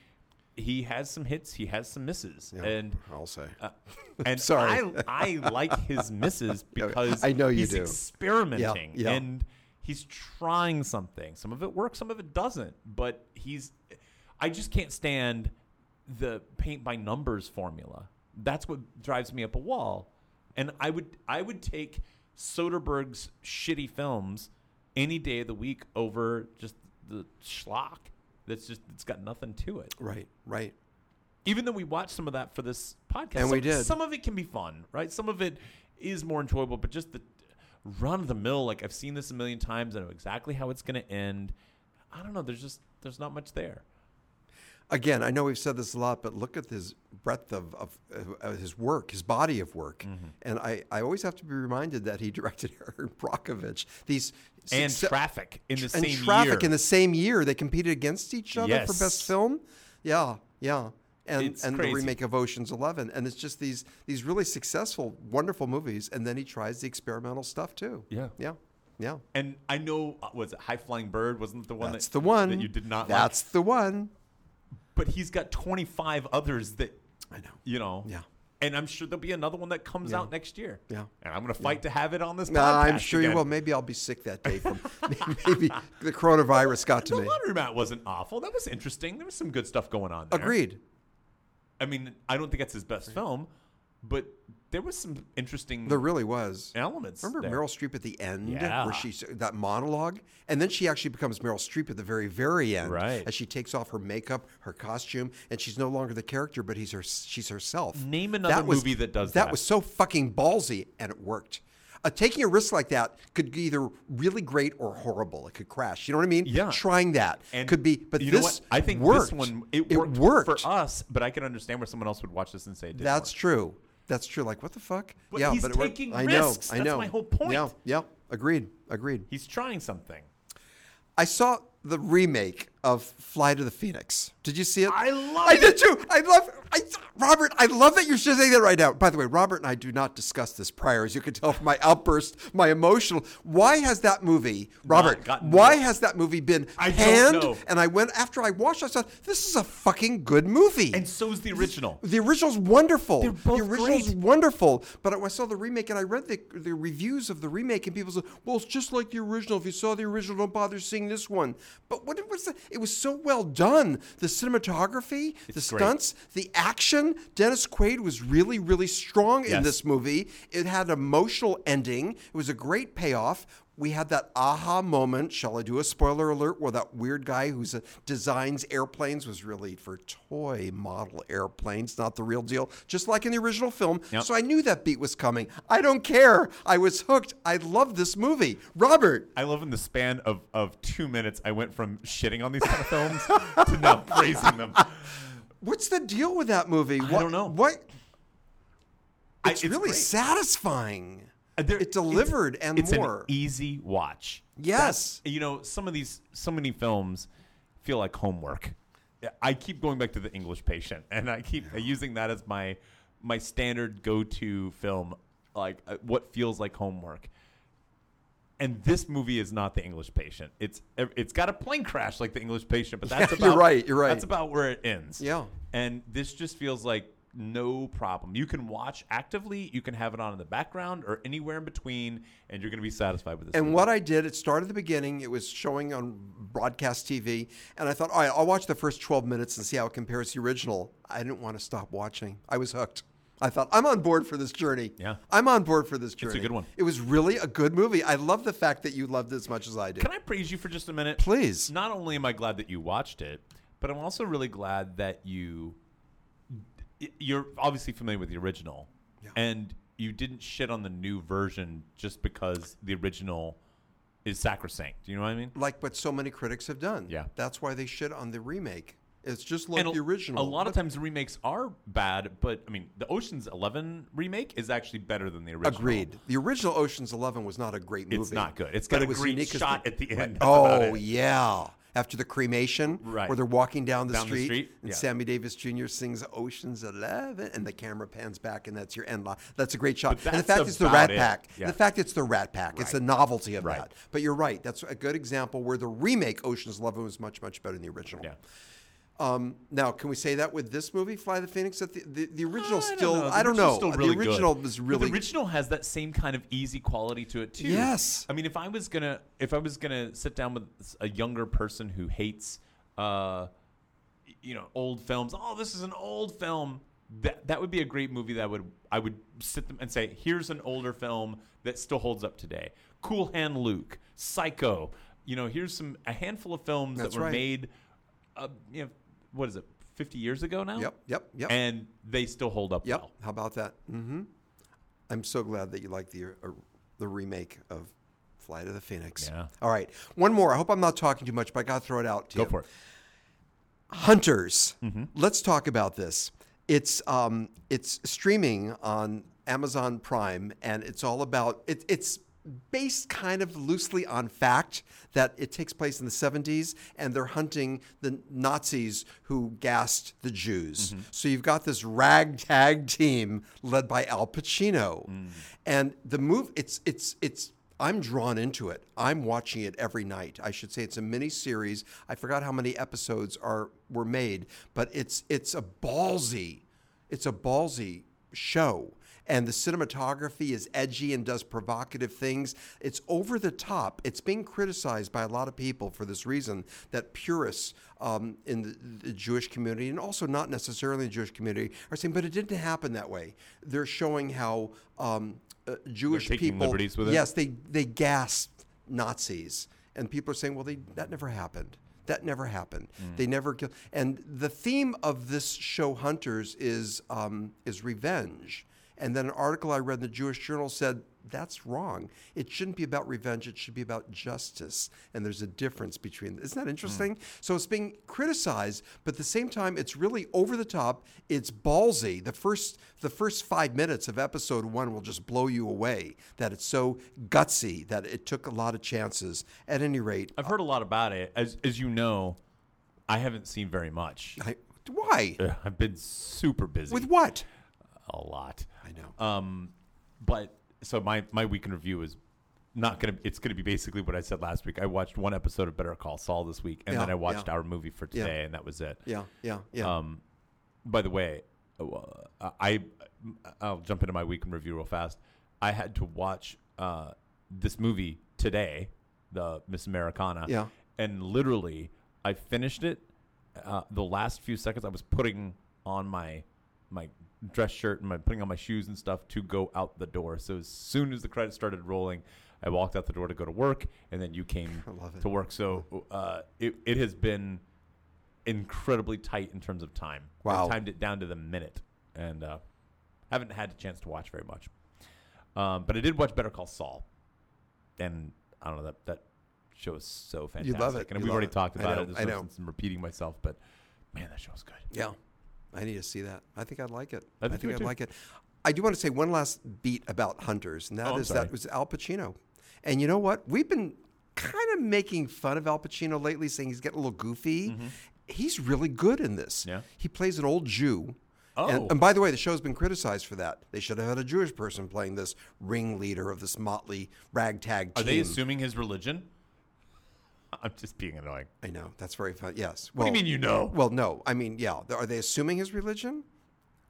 he has some hits, he has some misses,
Yeah,
and
I'll say.
Uh, and
Sorry.
I, I like his misses because
I know you
he's
do.
experimenting
Yeah, yeah.
and he's trying something. Some of it works, some of it doesn't. But he's, I just can't stand the paint by numbers formula. That's what drives me up a wall. And I would I would take Soderbergh's shitty films any day of the week over just the schlock that's just it's got nothing to it.
Right, right.
Even though we watched some of that for this podcast,
And
some,
we did.
Some of it can be fun, right? Some of it is more enjoyable, but just the run of the mill, like I've seen this a million times, I know exactly how it's going to end. I don't know. There's just there's not much there.
Again, I know we've said this a lot, but look at his breadth of, of, uh his work, his body of work.
Mm-hmm.
And I, I always have to be reminded that he directed Aaron Brockovich. These
And
succe-
traffic in the
and
same
Traffic
year.
in the same year. They competed against each other
Yes.
for best film. Yeah, yeah. And
It's
and
crazy.
the remake of Ocean's Eleven. And it's just these these really successful, wonderful movies. And then he tries the experimental stuff too.
Yeah.
Yeah. Yeah.
And I know uh, was it High Flying Bird wasn't the one
That's
that,
the one.
that you did not like.
That's the one.
But he's got 25 others that
I know.
you know.
Yeah.
And I'm sure there'll be another one that comes out next year.
Yeah.
And I'm going to fight to have it on this podcast.
No, I'm sure you
again.
will. Maybe I'll be sick that day from maybe the coronavirus got to
The
me.
laundry mat wasn't awful. That was interesting. There was some good stuff going on there.
Agreed.
I mean, I don't think that's his best film, but there was some interesting
There really was.
elements.
Remember
there.
Meryl Streep at the end,
Yeah.
where she that monologue, and then she actually becomes Meryl Streep at the very, very end,
Right.
As she takes off her makeup, her costume, and she's no longer the character, but he's her, she's herself.
Name another
was-
movie that does that.
That was so fucking ballsy, and it worked. Uh, taking a risk like that could be either really great or horrible. It could crash. You know what I mean?
Yeah.
Trying that
And
could be, but
you know what?
this
I think this
worked.
one it worked, for us, but I can understand where someone else would watch this and say it didn't
That's
work.
true. That's true. Like what the fuck?
But
yeah,
he's
but it worked.
taking
I know.
risks.
I
That's
know.
my whole point.
Yeah. Yeah. Agreed. Agreed.
He's trying something.
I saw the remake of Fly to the Phoenix. Did you see it?
I love
I did too. I love I, Robert. I love that you're saying that right now. By the way, Robert and I do not discuss this prior, as you can tell from my outburst, my emotional. Why has that movie, Robert?
gotten
Why
worse.
has that movie been
I don't
panned?
know.
And I went after I watched. it, I thought this is a fucking good movie.
And so's the original.
The original's wonderful.
They're both
the original's
great.
wonderful. But I saw the remake and I read the, the reviews of the remake and people said, "Well, it's just like the original. If you saw the original, don't bother seeing this one." But what was the, it was so well done. The cinematography, the
great.
stunts, the action. Dennis Quaid was really, really strong
Yes.
in this movie. It had an emotional ending. It was a great payoff. We had that aha moment. Shall I do a spoiler alert? Where that weird guy who designs airplanes was really for toy model airplanes, not the real deal, just like in the original film.
Yep.
So I knew that beat was coming. I don't care. I was hooked. I love this movie. Robert,
I love in the span of, of two minutes, I went from shitting on these kind of films to now praising them. I-
what's the deal with that movie? I
don't know.
What? It's, really
great.
satisfying.
Uh, there-
it delivered
it's-
and
it's
more.
an easy watch.
Yes.
That's- you know, some of these, so many films feel like homework. I keep going back to The English Patient, and I keep using that as my my standard go to film, like uh, what feels like homework. And this movie is not The English Patient. It's it's got a plane crash like The English Patient, but that's
Yeah,
about
you're right, you're right.
That's about where it ends.
Yeah.
And this just feels like no problem. You can watch actively, you can have it on in the background or anywhere in between, and you're going to be satisfied with this.
And
movie.
what I did, it started at the beginning. It was showing on broadcast TV, and I thought, all right, I'll watch the first 12 minutes and see how it compares to the original. I didn't want to stop watching. I was hooked. I thought, I'm on board for this journey.
Yeah.
I'm on board for this journey.
good one.
It was really a good movie. I love the fact that you loved it as much as I did.
Can I praise you for just a minute?
Please.
Not only am I glad that you watched it, but I'm also really glad that you y- you're obviously familiar with the original. And you didn't shit on the new version just because the original is sacrosanct. You know what I mean?
like what so many critics have done.
Yeah.
That's why they shit on the remake. It's just like
And
the
a-
original.
A lot of times the remakes are bad, but I mean, the Ocean's 11 remake is actually better than the original.
Agreed. The original Ocean's Eleven was not a great movie.
It's not good. It's
But
got a
was
great
unique 'cause
shot
the-
at the end. That's about
Oh
it.
yeah. After the cremation,
Right.
where they're walking down the
Down the
street,
street,
and
yeah.
Sammy Davis Jr. sings "Ocean's 11 and the camera pans back, and that's your end line. That's a great shot. And the
that's
fact it's the
about
Rat
it.
Pack.
Yeah.
The fact it's the Rat Pack. It's the novelty of
Right.
that. But you're right. That's a good example where the remake Ocean's Eleven was much much better than the original.
Yeah.
Um, now, can we say that with this movie, Fly the Phoenix? That the, the, the original
I don't
still,
know. The
I don't
original's
know.
still really
the
good.
original
But
was really
The original has that same kind of easy quality to it too.
Yes.
I mean, if I was gonna, if I was gonna sit down with s- a younger person who hates, uh, y- you know, old films. Oh, this is an old film. that that would be a great movie that would I would sit them and say, here's an older film that still holds up today. Cool Hand Luke, Psycho. You know, here's some a handful of films
That's
that were
right.
made, uh, you know, what is it, 50 years ago now?
Yep, yep, yep.
And they still hold up
Yep.
well.
How about that? Mm-hmm. I'm so glad that you like the uh, the remake of Flight of the Phoenix.
Yeah.
All right. One more. I hope I'm not talking too much, but I got to throw it out to
Go
you.
for it.
Hunters. Let's talk about this. It's um, it's streaming on Amazon Prime, and it's all about it, it's based kind of loosely on fact that it takes place in the 70s and they're hunting the Nazis who gassed the Jews. So you've got this ragtag team led by Al Pacino. And the move it's it's it's I'm drawn into it. I'm watching it every night. I should say it's a mini series. I forgot how many episodes are were made, but it's it's a ballsy, it's a ballsy show. And the cinematography is edgy and does provocative things. It's over the top. It's being criticized by a lot of people for this reason that purists um, in the, the Jewish community and also not necessarily the Jewish community are saying, but it didn't happen that way. They're showing how um, uh, Jewish
taking
people.
liberties with it?
Yes, they they gassed Nazis, and people are saying, "Well, they that never happened. That never happened. They never killed." And the theme of this show, Hunters, is um, is revenge. And then an article I read in the Jewish Journal said that's wrong. It shouldn't be about revenge. It should be about justice. And there's a difference between. Isn't that interesting? So it's being criticized, but at the same time, it's really over the top. It's ballsy. The first the first five minutes of episode one will just blow you away. That it's so gutsy that it took a lot of chances. At any rate,
I've heard a lot about it. As as you know, I haven't seen very much.
I, why?
Ugh, I've been super busy.
With what?
a lot.
I know.
Um, but so my my weekend review is not gonna. It's gonna be basically what I said last week. I watched one episode of Better Call Saul this week, and
Yeah,
then I watched
yeah.
our movie for
Yeah.
today, and that was it.
yeah, yeah, yeah.
Um, by the way, uh, I I'll jump into my weekend review real fast. I had to watch uh, this movie today, the Miss Americana.
Yeah.
And literally, I finished it. Uh, the last few seconds, I was putting on my my dress shirt and my putting on my shoes and stuff to go out the door. So as soon as the credits started rolling, I walked out the door to go to work, and then you came
I love it.
to work. So uh, it it has been incredibly tight in terms of time.
Wow.
I timed it down to the minute and uh, haven't had a chance to watch very much. Um, but I did watch Better Call Saul. And I don't know, that, that show is so fantastic.
it.
And we've
You love
already
it.
talked
I
about
know,
it. There's
I
no
know.
sense in repeating myself, but man, that show is good.
Yeah. I need to see that. I think I'd like it.
I
I,
think you
think
would too.
I'd like it. I do want to say one last beat about Hunters, and that
Oh,
is
I'm sorry.
that was Al Pacino. And you know what? We've been kind of making fun of Al Pacino lately, saying he's getting a little goofy. He's really good in this.
Mm-hmm. Yeah.
He plays an old Jew.
Oh.
And, and by the way, the show's been criticized for that. They should have had a Jewish person playing this ringleader of this motley ragtag
Are
team.
they assuming his religion? I'm just being annoying.
I know. That's very fun. Yes.
What do you mean you know?
Well, no. I mean, yeah. Are they assuming his religion?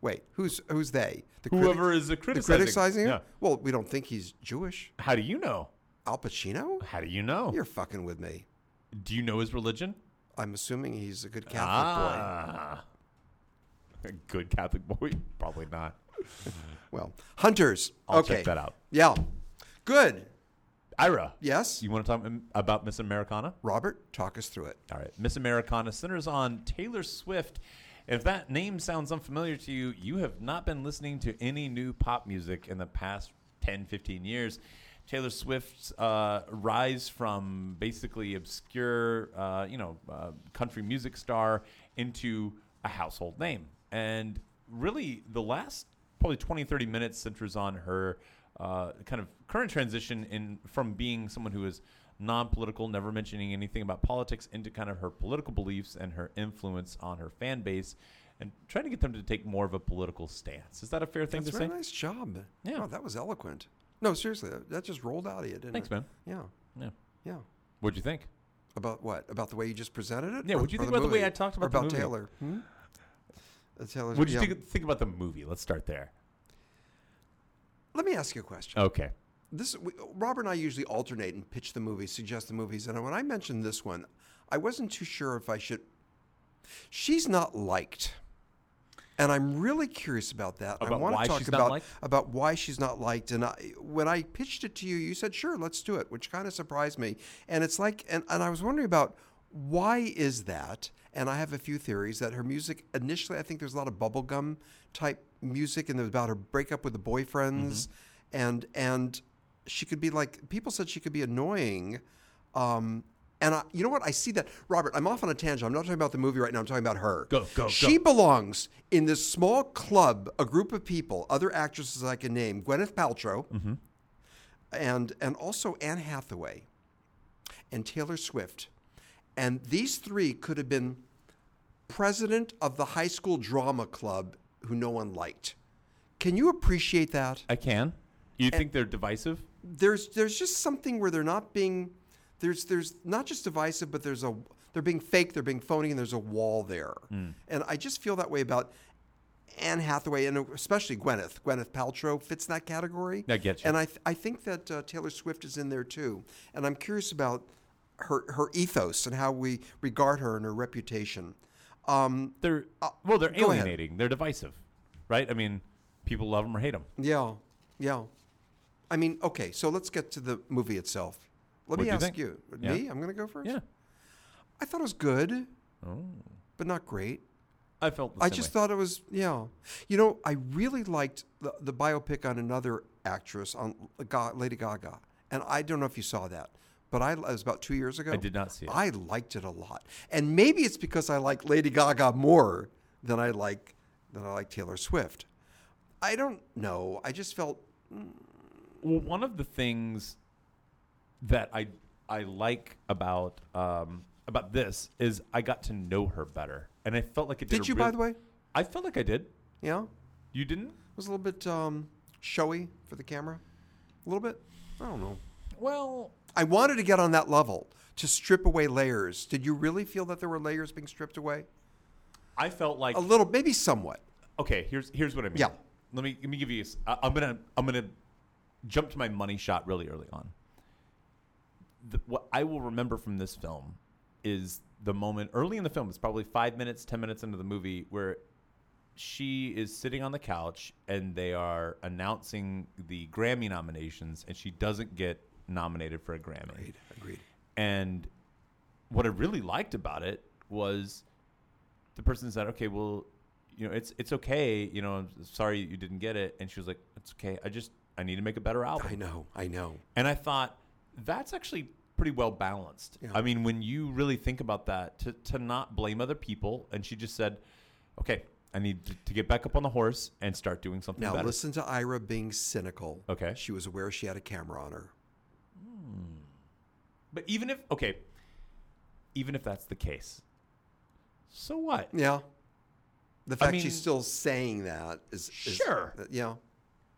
Wait, who's who's they? The criti-
Whoever is the
the
criticizing.
criticizing him?
Yeah.
Well, we don't think he's Jewish.
How do you know?
Al Pacino?
How do you know?
You're fucking with me.
Do you know his religion?
I'm assuming he's a good Catholic boy.
ah. A good Catholic boy? Probably not.
Well, hunters.
I'll
okay.
check that out.
Yeah. Good.
Ira.
Yes.
You want to talk am- about Miss Americana?
Robert, talk us through it.
All right. Miss Americana centers on Taylor Swift. If that name sounds unfamiliar to you, you have not been listening to any new pop music in the past 10, 15 years. Taylor Swift's uh, rise from basically obscure, uh, you know, uh, country music star into a household name. And really, the last probably 20, 30 minutes centers on her uh, kind of current transition in from being someone who is non-political, never mentioning anything about politics, into kind of her political beliefs and her influence on her fan base, and trying to get them to take more of a political stance. Is that a fair thing
That's a
to say?
very nice job.
Yeah.
Wow, that was eloquent. No, seriously, that- that just rolled out of you, didn't
Thanks,
it?
man.
Yeah.
Yeah.
Yeah.
What'd you think?
About what? About the way you just presented it?
Yeah, what'd you think about the way
movie?
I talked
Or
about the
about
movie?
Taylor? Hmm? Uh, Taylor's,
What'd you
yeah.
think, think about the movie? Let's start there.
Let me ask you a question.
Okay.
this we, Robert and I usually alternate and pitch the movies, suggest the movies, and when I mentioned this one, I wasn't too sure if I should. She's not liked. And I'm really curious about that. I
About
want
why
to talk
she's not
about
liked?
about why she's not liked. And I, when I pitched it to you, you said, "Sure, let's do it," which kind of surprised me. And it's like, and, and I was wondering about why is that? And I have a few theories that her music initially, I think there's a lot of bubblegum type music, and there was about her breakup with the
Mm-hmm.
boyfriends, and and she could be like people said she could be annoying. Um, and I, you know what? I see that Robert. I'm off on a tangent. I'm not talking about the movie right now. I'm talking about her.
Go, go, go.
She belongs in this small club, a group of people, other actresses I can name, Gwyneth Paltrow, and and also Anne Hathaway, and Taylor Swift, and these three could have been president of the high school drama club who no one liked. Can you appreciate that?
I can. You think they're divisive?
there's there's just something where they're not being there's there's not just divisive, but there's a they're being fake, they're being phony, and there's a wall there.
Mm.
And I just feel that way about Anne Hathaway and especially Gwyneth. Gwyneth Paltrow fits that category.
I get you.
And I th- I think that uh, Taylor Swift is in there too. And I'm curious about her her ethos and how we regard her and her reputation. Um,
They're well, they're
go ahead.
alienating. They're divisive, right? I mean, people love them or hate them.
Yeah, yeah. I mean, okay, so let's get to the movie itself. Let
What'd
me
you
ask
think?
you.
Yeah.
Me? I'm going to go first?
Yeah,
I thought it was good, but not great.
I felt. The
I
Oh. same
just
way.
thought it was, yeah. You know, I really liked the, the biopic on another actress, on Ga- Lady Gaga. And I don't know if you saw that, but I, it was about two years ago.
I did not see it.
I liked it a lot. And maybe it's because I like Lady Gaga more than I like, than I like Taylor Swift. I don't know. I just felt
Well, one of the things that I I like about um, about this is I got to know her better, and I felt like it did.
Did
a
you, by
real-
the way?
I felt like I did.
Yeah, it
You didn't?
was a little bit um, showy for the camera. A little bit. I don't know.
Well,
I wanted to get on that level to strip away layers. Did you really feel that there were layers being stripped away?
I felt like
A little, maybe somewhat.
okay. Here's here's what I mean.
Yeah.
Let me let me give you. a s- I, am gonna I'm gonna jump to my money shot really early on. The, what I will remember from this film is the moment early in the film. It's probably five minutes, ten minutes into the movie where she is sitting on the couch and they are announcing the Grammy nominations, and she doesn't get nominated for a Grammy.
Agreed.
And what I really liked about it was the person said, "Okay, well, you know, it's it's okay. You know, I'm sorry you didn't get it." And she was like, "It's okay. I just I need to make a better
I
album."
know. I know.
And I thought that's actually pretty well balanced.
Yeah.
I mean, when you really think about that, to to not blame other people, and she just said, "Okay, I need to, to get back up on the horse and start doing something
Now
better."
listen to Ira being cynical.
Okay.
She was aware she had a camera on her.
But even if okay, even if that's the case, so what?
Yeah. The fact
mean-
she's still saying that is, is
Sure.
yeah.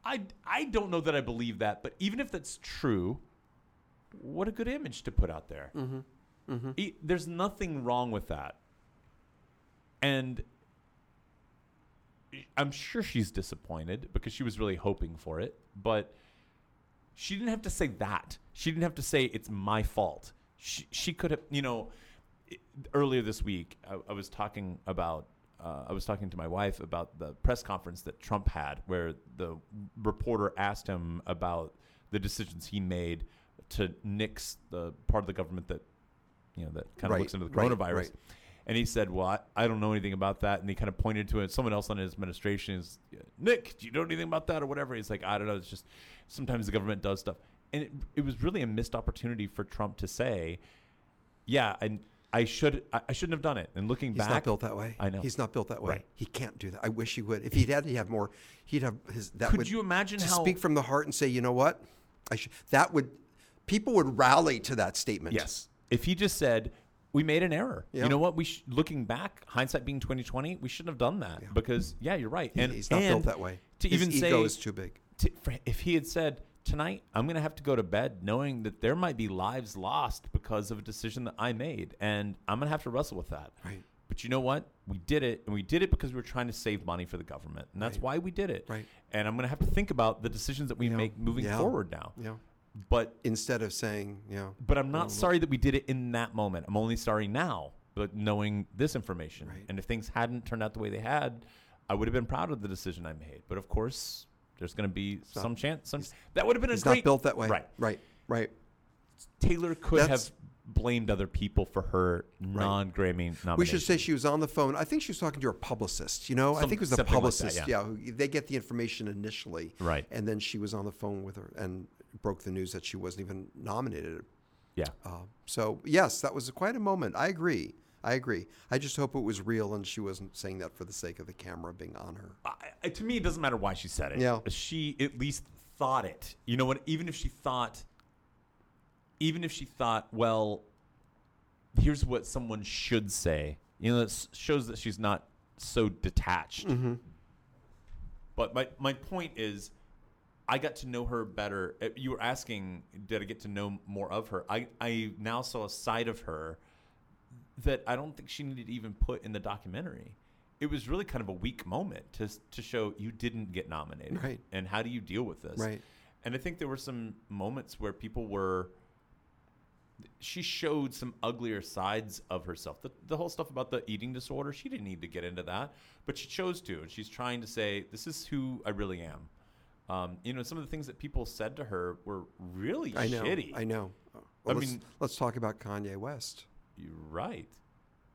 I, I don't know that I believe that, but even if that's true, what a good image to put out there. Mm-hmm. E- there's nothing wrong with that. And I'm sure she's disappointed because she was really hoping for it, but she didn't have to say that. She didn't have to say it's my fault. She, she could have, you know, i- earlier this week, I, I was talking about, uh, I was talking to my wife about the press conference that Trump had, where the reporter asked him about the decisions he made to nix the part of the government that, you know, that kind of
Right,
looks into the
right,
coronavirus.
right.
And he said, "Well, I, I don't know anything about that." And he kind of pointed to it. Someone else on his administration is Nick. Do you know anything about that or whatever? He's like, "I don't know. It's just sometimes the government does stuff." And it, it was really a missed opportunity for Trump to say, "Yeah, and I should I, I shouldn't have done it." And looking
He's
back,
not built that way.
I know.
He's not built that way.
Right.
He can't do that. I wish he would. If he'd had, he'd have more. He'd have his. That
Could
would,
you imagine
to
how-
speak from the heart and say, you know what, I should. That would. People would rally to that statement.
Yes. If he just said, "We made an error,"
Yeah.
you know what? We sh- looking back, hindsight being twenty twenty, we shouldn't have done that because yeah, you're right.
He-
And
he's not
and
built that way.
To
his
even
ego
say
is too big.
to, for, if he had said tonight i'm going to have to go to bed knowing that there might be lives lost because of a decision that i made and i'm going to have to wrestle with that
Right.
but you know what we did it and we did it because we were trying to save money for the government and that's why we did it
Right.
and i'm going to have to think about the decisions that we make moving
Yeah.
forward now
Yeah.
but
Instead of saying, yeah,
but i'm not sorry that we did it in that moment i'm only sorry now but knowing this information
Right.
and if things hadn't turned out the way they had I would have been proud of the decision I made. But of course, there's going to be
not-
some chance. Some that would have been a
It's
great
not built that way.
Right.
Right. Right.
Taylor could
That's-
have blamed other people for her non-Grammy nomination.
We should say she was on the phone. I think she was talking to her publicist. You know, I
Some-
think it was the
something like that,
publicist.
yeah.
yeah, who, they get the information initially,
Right.
And then she was on the phone with her and broke the news that she wasn't even nominated.
yeah.
Uh, so yes, that was quite a moment. I agree. I agree. I just hope it was real and she wasn't saying that for the sake of the camera being on her.
I, I- to me, it doesn't matter why she said it.
Yeah.
She at least thought it. You know what? Even if she thought, even if she thought, well, here's what someone should say. You know, that s- shows that she's not so detached. But my my point is, I got to know her better. Uh, You were asking, did I get to know more of her? I I now saw a side of her that I don't think she needed to even put in the documentary. It was really kind of a weak moment to to show you didn't get nominated,
Right.
And how do you deal with this,
Right.
And I think there were some moments where people were. She showed some uglier sides of herself. The, the whole stuff about the eating disorder, she didn't need to get into that, but she chose to, and she's trying to say, "This is who I really am." Um, you know, some of the things that people said to her were really
I know.
shitty.
I know.
I
Well, let's,
mean-
let's talk about Kanye West.
You're right.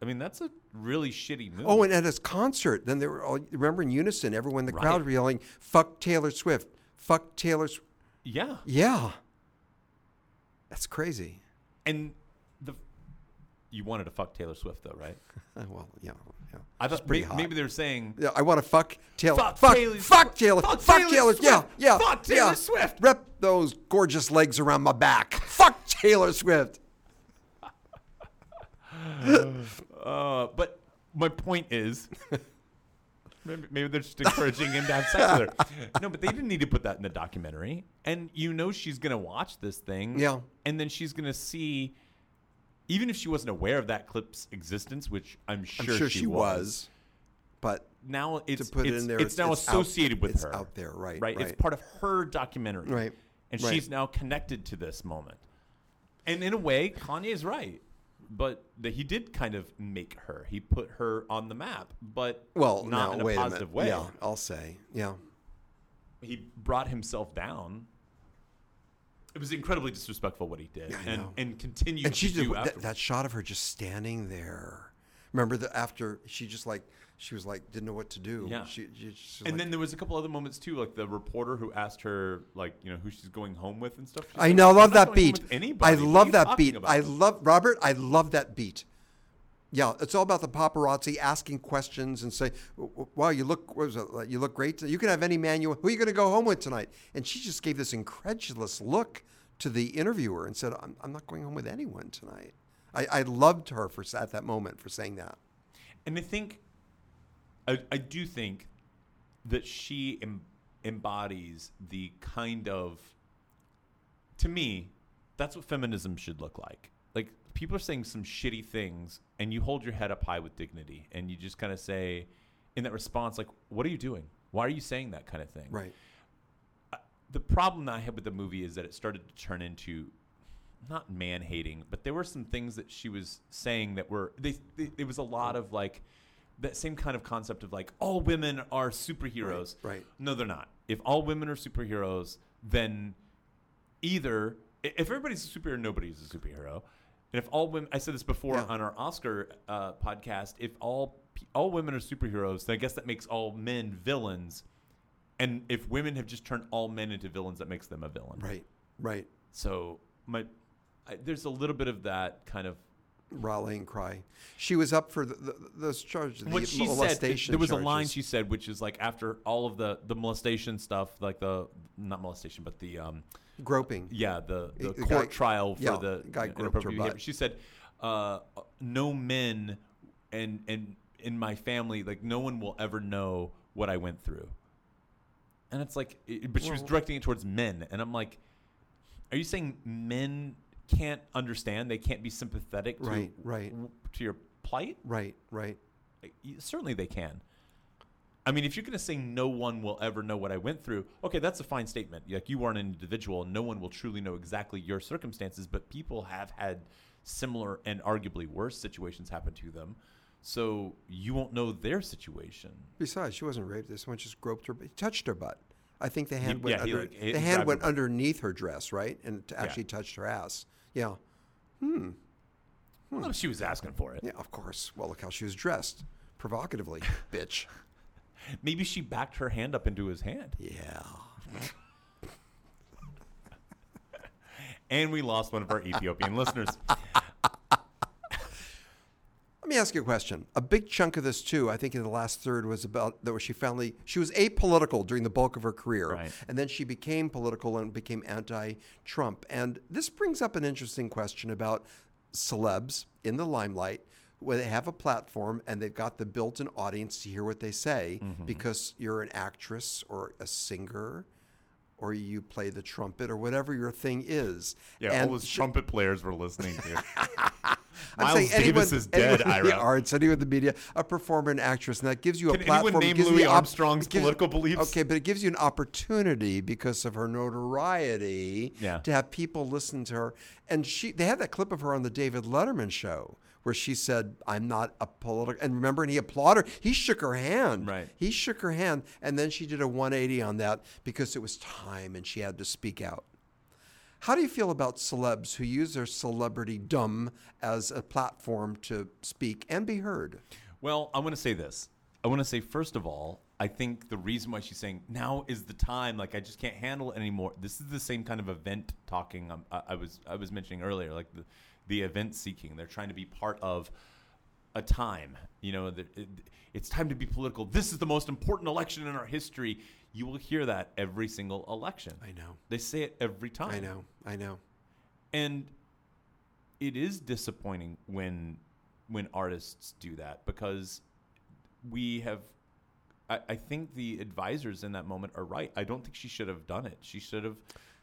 I mean, that's a really shitty move.
Oh, and at his concert, then they were all remember in unison, everyone in the
Right.
crowd were yelling, "Fuck Taylor Swift! Fuck Taylor!" Sw-"
yeah,
Yeah, that's crazy.
and the you wanted to fuck Taylor Swift though, right?
Uh, well, yeah, yeah.
I thought
pretty
may-
hot.
maybe they were saying
Yeah, I want to fuck Taylor.
Fuck
fuck
Taylor
Fuck
Swift.
Taylor.
Fuck Taylor
Yeah,
Swift.
yeah.
Fuck Taylor
yeah.
Swift.
Rep those gorgeous legs around my back. Fuck Taylor Swift.
Uh, but my point is, maybe, maybe they're just encouraging him to have sex with her. No, but they didn't need to put that in the documentary. And you know she's gonna watch this thing.
Yeah.
And then she's gonna see, even if she wasn't aware of that clip's existence, which I'm
I'm
sure,
sure, she, was. but
Now it's
put it
it's,
in there,
it's now
it's out-
associated with
it's
her.
out there, right,
Right. It's
right.
part of her documentary.
Right,
And
right.
she's now connected to this moment. And in a way, Kanye's right. But that he did kind of make her. He put her on the map, but
well,
not
no,
in a
wait
positive
a minute.
way.
Yeah, I'll say. Yeah,
He brought himself down. It was incredibly disrespectful what he did,
I
and
know.
and continued
and she
to do
did that,
afterwards.
that shot of her just standing there. Remember that after she just like she was like didn't know what to do.
Yeah.
She, she, she
and then there was a couple other moments too, like the reporter who asked her, like you know, who she's going home with and stuff. She's
I
like,
know, I
"I'm not
love that
going home
beat.
with
I
anybody. What are
love
you
that
talking
beat.
about?"
I love Robert. I love that beat. Yeah, it's all about the paparazzi asking questions and say, "W- w- "Wow, you look what was it, you look great. You can have any man you. Who are you going to go home with tonight?" And she just gave this incredulous look to the interviewer and said, "I'm, I'm not going home with anyone tonight." I, I loved her for s- at that moment for saying that.
And I think, I, I do think that she em- embodies the kind of, to me, that's what feminism should look like. Like, people are saying some shitty things, and you hold your head up high with dignity, and you just kind of say, in that response, like, what are you doing? Why are you saying that kind of thing?
Right.
the problem that I had with the movie is that it started to turn into not man hating, but there were some things that she was saying that were they, they there was a lot of like that same kind of concept of like all women are superheroes.
Right, right.
No, they're not. If all women are superheroes, then either i- if everybody's a superhero, nobody's a superhero. And if all women, I said this before
Yeah.
on our Oscar uh, podcast, if all pe- all women are superheroes, then I guess that makes all men villains. And if women have just turned all men into villains, that makes them a villain.
Right. Right.
So my, I, there's a little bit of that kind of
Rallying cry. She was up for the, the, those charges. The
what she said. There
molestation
was a line
charges.
she said, which is like after all of the the molestation stuff, like the not molestation, but the um,
groping.
yeah, the, the,
The- the
court
guy-
trial for
yeah,
the
the guy
inappropriate
groped her
behavior.
butt.
She said, uh, "No men, and and in my family, like no one will ever know what I went through." And it's like, it, but she was
Well-
directing it towards men, and I'm like, "Are you saying men can't understand? They can't be sympathetic to
Right, right.
to your plight?
Right. Right.
Y- Certainly they can." I mean, if you're going to say no one will ever know what I went through, okay, that's a fine statement. Like you are an individual, and no one will truly know exactly your circumstances, but people have had similar and arguably worse situations happen to them. So you won't know their situation.
Besides, she wasn't raped. This one just groped her, he touched her butt. I think the hand
He-
went
yeah, he,
under,
like, hit
the
and
hand
grabbed
went
her butt.
underneath her dress, right, and t- actually touched her ass. Yeah,
Well, she was asking for it.
Hmm. yeah, of course. Well, look how she was dressed, provocatively, bitch.
Maybe she backed her hand up into his hand.
Yeah.
And we lost one of our Ethiopian listeners.
Let me ask you a question. A big chunk of this too, I think, in the last third was about that. She finally she was apolitical during the bulk of her career,
Right.
and then she became political and became anti-Trump. And this brings up an interesting question about celebs in the limelight, where they have a platform and they've got the built-in audience to hear what they say because you're an actress or a singer. Or you play the trumpet, or whatever your thing is. And sh-
trumpet players were listening to.
I'm
Miles
saying anyone-
Davis is dead,
anyone in the
Ira.
arts, anyone in the media, a performer, an actress, and that gives you a
Can anyone
platform. it
name
gives you
Louis
the
Armstrong's
it gives-
political beliefs?
Okay, but it gives you an opportunity because of her notoriety
Yeah.
to have people listen to her. And she, they had that clip of her on the David Letterman show where she said, "I'm not a political." And remember, and he applauded her. He shook her hand.
Right.
He shook her hand, and then she did a 180 on that because it was time and she had to speak out. How do you feel about celebs who use their celebrity dumb as a platform to speak and be heard?
Well, I want to say this. I want to say first of all, I think the reason why she's saying now is the time. Like I just can't handle it anymore. This is the same kind of event talking um, I, I was I was mentioning earlier, like the, the event seeking. They're trying to be part of a time. You know, the, it, it's time to be political. This is the most important election in our history. You will hear that every single election.
I know.
They say it every time.
I know. I know.
and it is disappointing when when artists do that because we have I, I think the advisors in that moment are right i don't think she should have done it she should have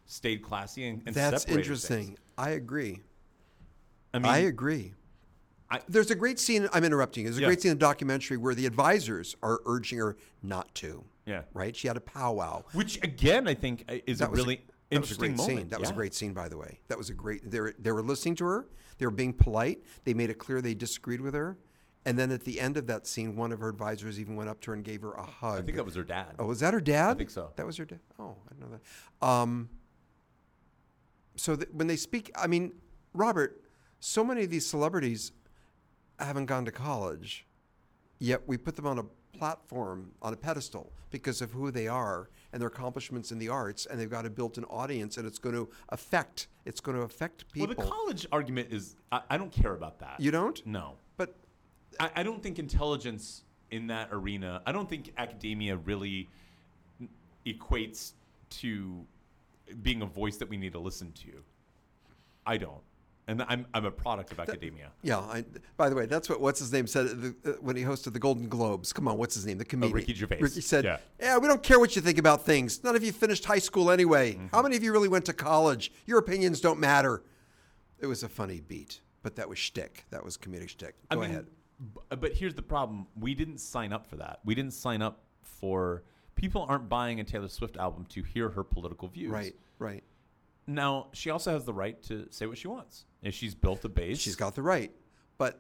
stayed classy and, and
That's
separated
interesting.
things.
I agree.
i mean
I agree.
I-
There's a great scene. I'm interrupting. There's a
Yeah.
great scene in the documentary where the advisors are urging her not to.
yeah
Right? She had a powwow.
which again i think i- is a
was
really
that was a
interesting
great
moment
scene. That was a
Yeah.
great scene, by the way. That was a great. They were, they were listening to her. They were being polite. They made it clear they disagreed with her. And then at the end of that scene, one of her advisors even went up to her and gave her a
i
hug.
think that was her dad
Oh, was that her dad?
I think so.
That was her dad. Oh, I didn't know that. Um, so th- when they speak, I mean, Robert, so many of these celebrities haven't gone to college, yet we put them on a platform, on a pedestal, because of who they are and their accomplishments in the arts, and they've got a built-in audience, and it's going to affect. It's going to affect
well
people.
the college argument is i, I don't care about that
you don't,
no
but
I, I don't think intelligence in that arena. I don't think academia really n- equates to being a voice that we need to listen to. I don't, and I'm I'm a product of academia.
Yeah. I, by the way, that's what what's his name said at the, uh, when he hosted the Golden Globes. Come on, what's his name? The comedian.
Ricky Gervais.
Ricky said, yeah.
Yeah.
we don't care what you think about things. None of you finished high school anyway.
Mm-hmm.
How many of you really went to college? Your opinions don't matter." It was a funny beat, but that was shtick. That was comedic shtick. Go ahead.
b- but here's the problem: we didn't sign up for that. We didn't sign up for. People aren't buying a Taylor Swift album to hear her political views.
Right. Right.
now, she also has the right to say what she wants. If she's built a base,
She's got the right, but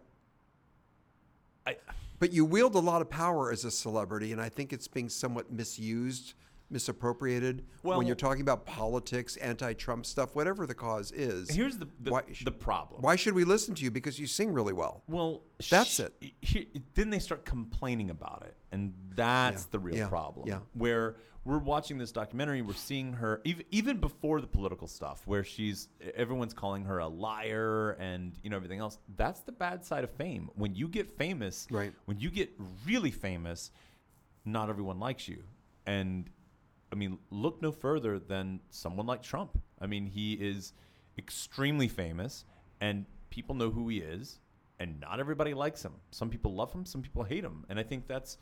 I,
But you wield a lot of power as a celebrity, and I think it's being somewhat misused, misappropriated
Well-
when you're talking about politics, anti-Trump stuff, whatever the cause is.
here's the the,
Why sh-
the problem.
Why should we listen to you? Because you sing really well.
Well,
That's
sh-
it.
He, then they start complaining about it, and that's
Yeah,
the real
yeah,
problem.
yeah.
Where we're watching this documentary, we're seeing her even even before the political stuff, where she's everyone's calling her a liar and you know everything else. That's the bad side of fame. When you get famous,
Right.
When you get really famous, not everyone likes you, and I mean, look no further than someone like Trump. I mean, he is extremely famous and people know who he is and not everybody likes him. Some people love him, some people hate him. And I think that's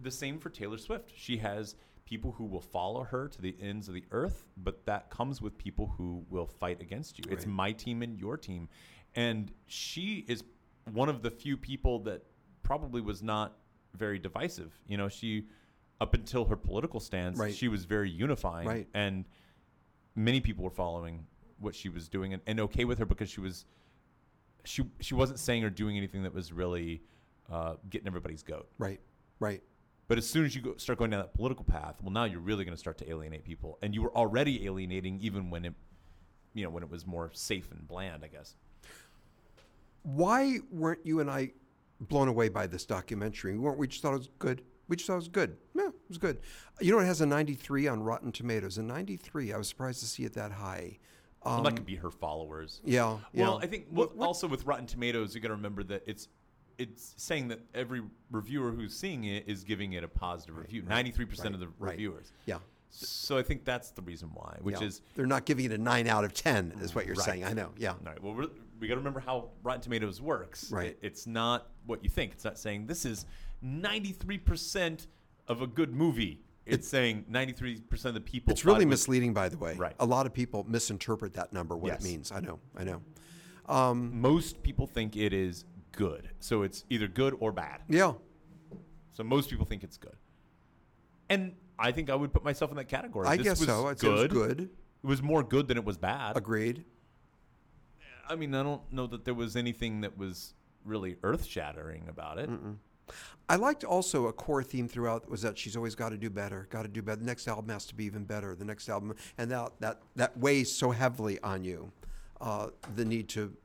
the same for Taylor Swift. She has people who will follow her to the ends of the earth, but that comes with people who will fight against you. It's
Right.
my team and your team. And she is one of the few people that probably was not very divisive. You know, she up until her political stance,
Right.
she was very unifying
Right.
and many people were following what she was doing and, and okay with her because she was she she wasn't saying or doing anything that was really uh, getting everybody's goat.
Right. Right.
But as soon as you go, start going down that political path, well, now you're really going to start to alienate people, and you were already alienating even when it, you know, when it was more safe and bland, I guess.
Why weren't you and I blown away by this documentary? Weren't we just thought it was good? We just thought it was good. Yeah, it was good. You know, it has a 93 on Rotten Tomatoes. A 93, I was surprised to see it that high. Um,
Well, that could be her followers.
Yeah. yeah.
Well, I think with- also with Rotten Tomatoes, you got to remember that it's it's saying that every reviewer who's seeing it is giving it a positive review. Ninety three percent of the
right.
reviewers.
Yeah.
So I think that's the reason why, which
yeah.
is
They're not giving it a 9 out of 10, is what you're
Right.
saying. I know. Yeah.
all right. Well, we're, we got to remember how Rotten Tomatoes works.
Right.
It- it's not what you think. It's not saying this is ninety three percent of a good movie. It's, saying ninety three percent of the people.
It's really
thought it was-
misleading, by the way.
Right.
A lot of people misinterpret that number, what
Yes.
it means. I know. I know.
Most people think it is good, so it's either good or bad.
Yeah.
So most people think it's good. And I think I would put myself in that category.
I
This
guess
was
so. I'd say it was good.
It was more good than it was bad.
Agreed.
I mean, I don't know that there was anything that was really earth shattering about it.
I liked also a core theme throughout was that she's always got to do better, got to do better. The next album has to be even better. The next album, and that that that weighs so heavily on you, uh, the need to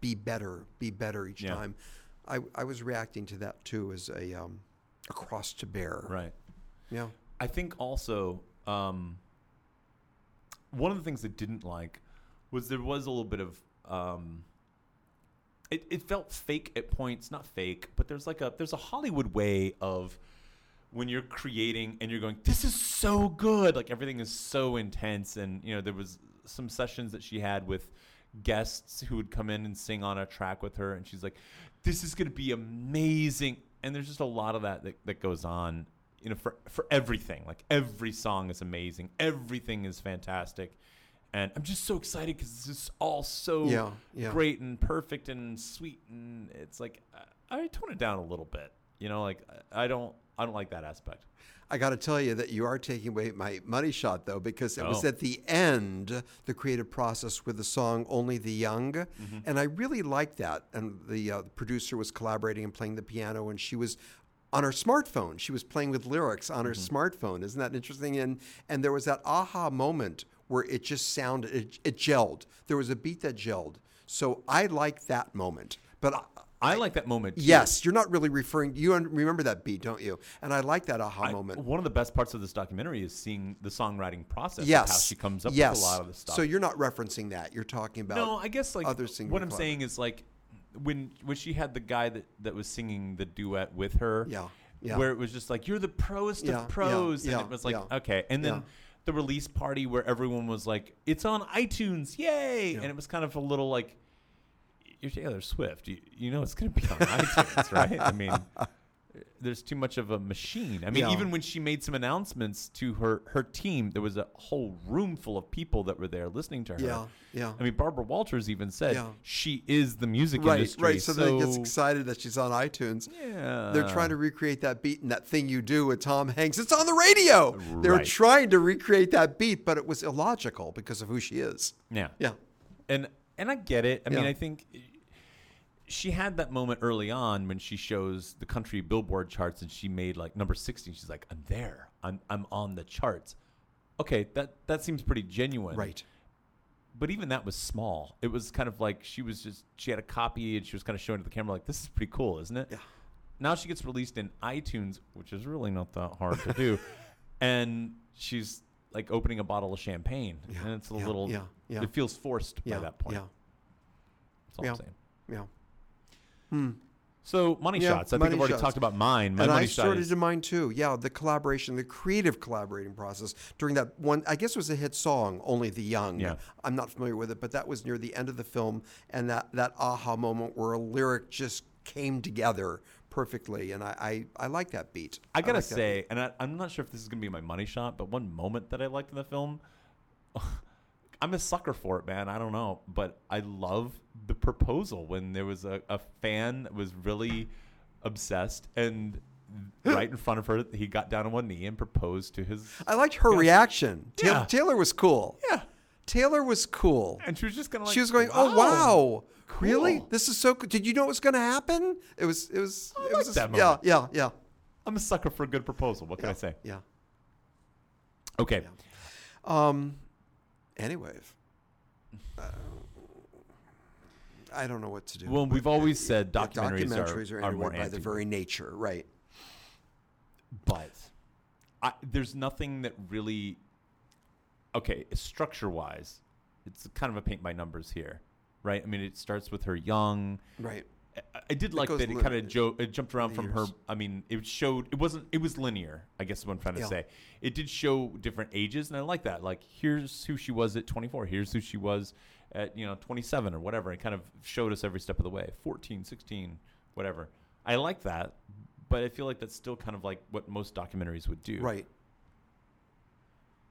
be better, be better each
Yeah.
time. I, I was reacting to that too as a um, a cross to bear.
Right.
Yeah.
I think also um, one of the things I didn't like was there was a little bit of um, it, it felt fake at points, not fake, but there's like a there's a Hollywood way of when you're creating and you're going, this is so good, like everything is so intense, and you know there was some sessions that she had with guests who would come in and sing on a track with her, and she's like, this is going to be amazing, and there's just a lot of that that, that goes on, you know, for for everything, like every song is amazing, everything is fantastic. And I'm just so excited because this is all so
Yeah, yeah.
great great and perfect and sweet and it's like I, I tone it down a little bit. You know, like I I don't I don't like that aspect.
I got to tell you that you are taking away my money shot though, because it was
Oh.
at the end the creative process with the song "Only the Young,"
Mm-hmm.
and I really liked that. And the, uh, the producer was collaborating and playing the piano, and she was on her smartphone. She was playing with lyrics on her
Mm-hmm.
smartphone. Isn't that interesting? And and there was that aha moment where it just sounded it, it gelled. There was a beat that gelled. So I like that moment, but. I,
I, like that moment. too.
Yes, you're not really referring. You un- remember that beat, don't you? And I like that aha
I-
moment.
One of the best parts of this documentary is seeing the songwriting process. of
yes,
how she comes up
yes.
with a lot of the stuff.
So you're not referencing that. You're talking about
no, I guess like
other singers.
what I'm saying is like when when she had the guy that that was singing the duet with her.
Yeah, yeah.
Where it was just like you're the proest
Yeah, yeah,
of pros,
yeah,
and it was like
yeah.
okay, and then.
Yeah.
The release party where everyone was like, "It's on iTunes, yay!" And it was kind of a little like, "You're Taylor Swift, you, you know it's going to be on iTunes, right?" I mean, there's too much of a machine. I mean,
Yeah.
even when she made some announcements to her her team, there was a whole room full of people that were there listening to her.
Yeah, yeah.
I mean, Barbara Walters even said
Yeah.
she is the music
right,
industry.
right. So, then it gets excited that she's on iTunes.
Yeah.
They're trying to recreate that beat and that thing you do with Tom Hanks. It's on the radio. They were
Right.
trying to recreate that beat, but it was illogical because of who she is.
Yeah.
Yeah.
And and I get it. I mean,
Yeah.
I think she had that moment early on when she shows the country billboard charts and she made like number 60. She's like, "I'm there. I'm I'm on the charts." Okay, that that seems pretty genuine.
Right.
but even that was small. It was kind of like she was just she had a copy and she was kind of showing it to the camera like this is pretty cool, isn't it?
Yeah.
Now she gets released in iTunes, which is really not that hard to do, and she's like opening a bottle of champagne, and it's a
yeah,
little
yeah, yeah.
it feels forced
Yeah.
by that point.
Yeah.
That's all
yeah.
I'm saying.
Yeah.
So money
Yeah,
shots. I
money
think I've already
shots.
talked about mine. My
and
money
I
shot
started
is
to mine too. Yeah, the collaboration, the creative collaborating process during that one. I guess it was a hit song, "Only the Young."
Yeah.
I'm not familiar with it, but that was near the end of the film, and that that aha moment where a lyric just came together perfectly, and I I, I like that beat.
I gotta
like that
say, and I, I'm not sure if this is gonna be my money shot, but one moment that I liked in the film, I'm a sucker for it, man. I don't know, but I love the proposal when there was a, a fan that was really obsessed and right in front of her, he got down on one knee and proposed to his.
I liked her reaction. Ta-
Yeah.
Taylor was cool.
Yeah.
Taylor was cool.
And she was just kind of like
she was going, "Oh wow, really? This is so. co- Did you know what's going to happen? It was. It was. it was.
liked that
yeah,
moment.
yeah, yeah,
I'm a sucker for a good proposal. What can I say?
yeah.
Okay.
Um. Anyways, uh, I don't know what to do.
Well, we've always said
Yeah,
documentaries,
documentaries
are,
are,
are more
annoyed by their
anti-
very nature, right?
but I, there's nothing that really okay structure wise it's kind of a paint by numbers here right i mean it starts with her young
Right.
i, I did like
goes
that it
lit-
kind of jo- it jumped around from her
years.
i mean it showed it wasn't it was linear i guess is what i'm trying to
Yeah.
say it did show different ages and i like that like here's who she was at 24 here's who she was at you know 27 or whatever it kind of showed us every step of the way 14 16 whatever i like that but i feel like that's still kind of like what most documentaries would do
Right.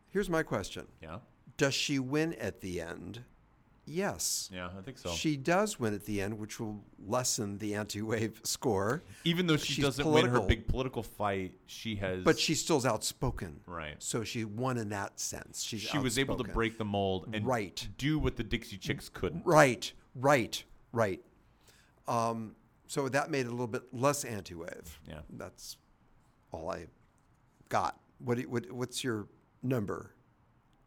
Here's my question:
yeah
Does she win at the end? Yes.
yeah i think so
She does win at the end, which will lessen the anti-wave score,
even though she
she's
doesn't win her
political.
big political fight she has
but she still's outspoken.
Right.
So she won in that sense. She's
she was able to
outspoken.
break the mold and
Right.
do what the Dixie Chicks couldn't.
Right, right, right. Um, so that made it a little bit less anti-wave.
Yeah.
That's all I got. What, do you- what what's your number?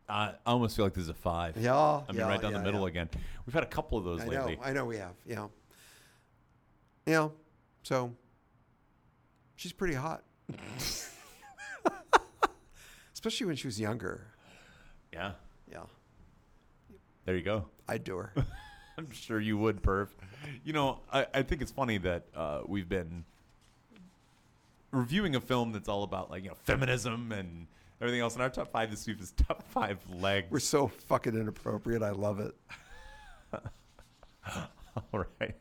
I almost feel like this is a five.
Yeah,
I mean,
yeah,
right down
yeah,
the middle
yeah.
again. We've had a couple of those
I
lately.
know, I know we have. Yeah. Yeah. So she's pretty hot. Especially when she was younger.
Yeah,
Yeah.
there you go.
I'd do her.
I'm sure you would, Perv. You know, I, I think it's funny that uh, we've been reviewing a film that's all about like you know feminism and everything else. And our top five this week is top five legs.
We're so fucking inappropriate. I love it.
all right.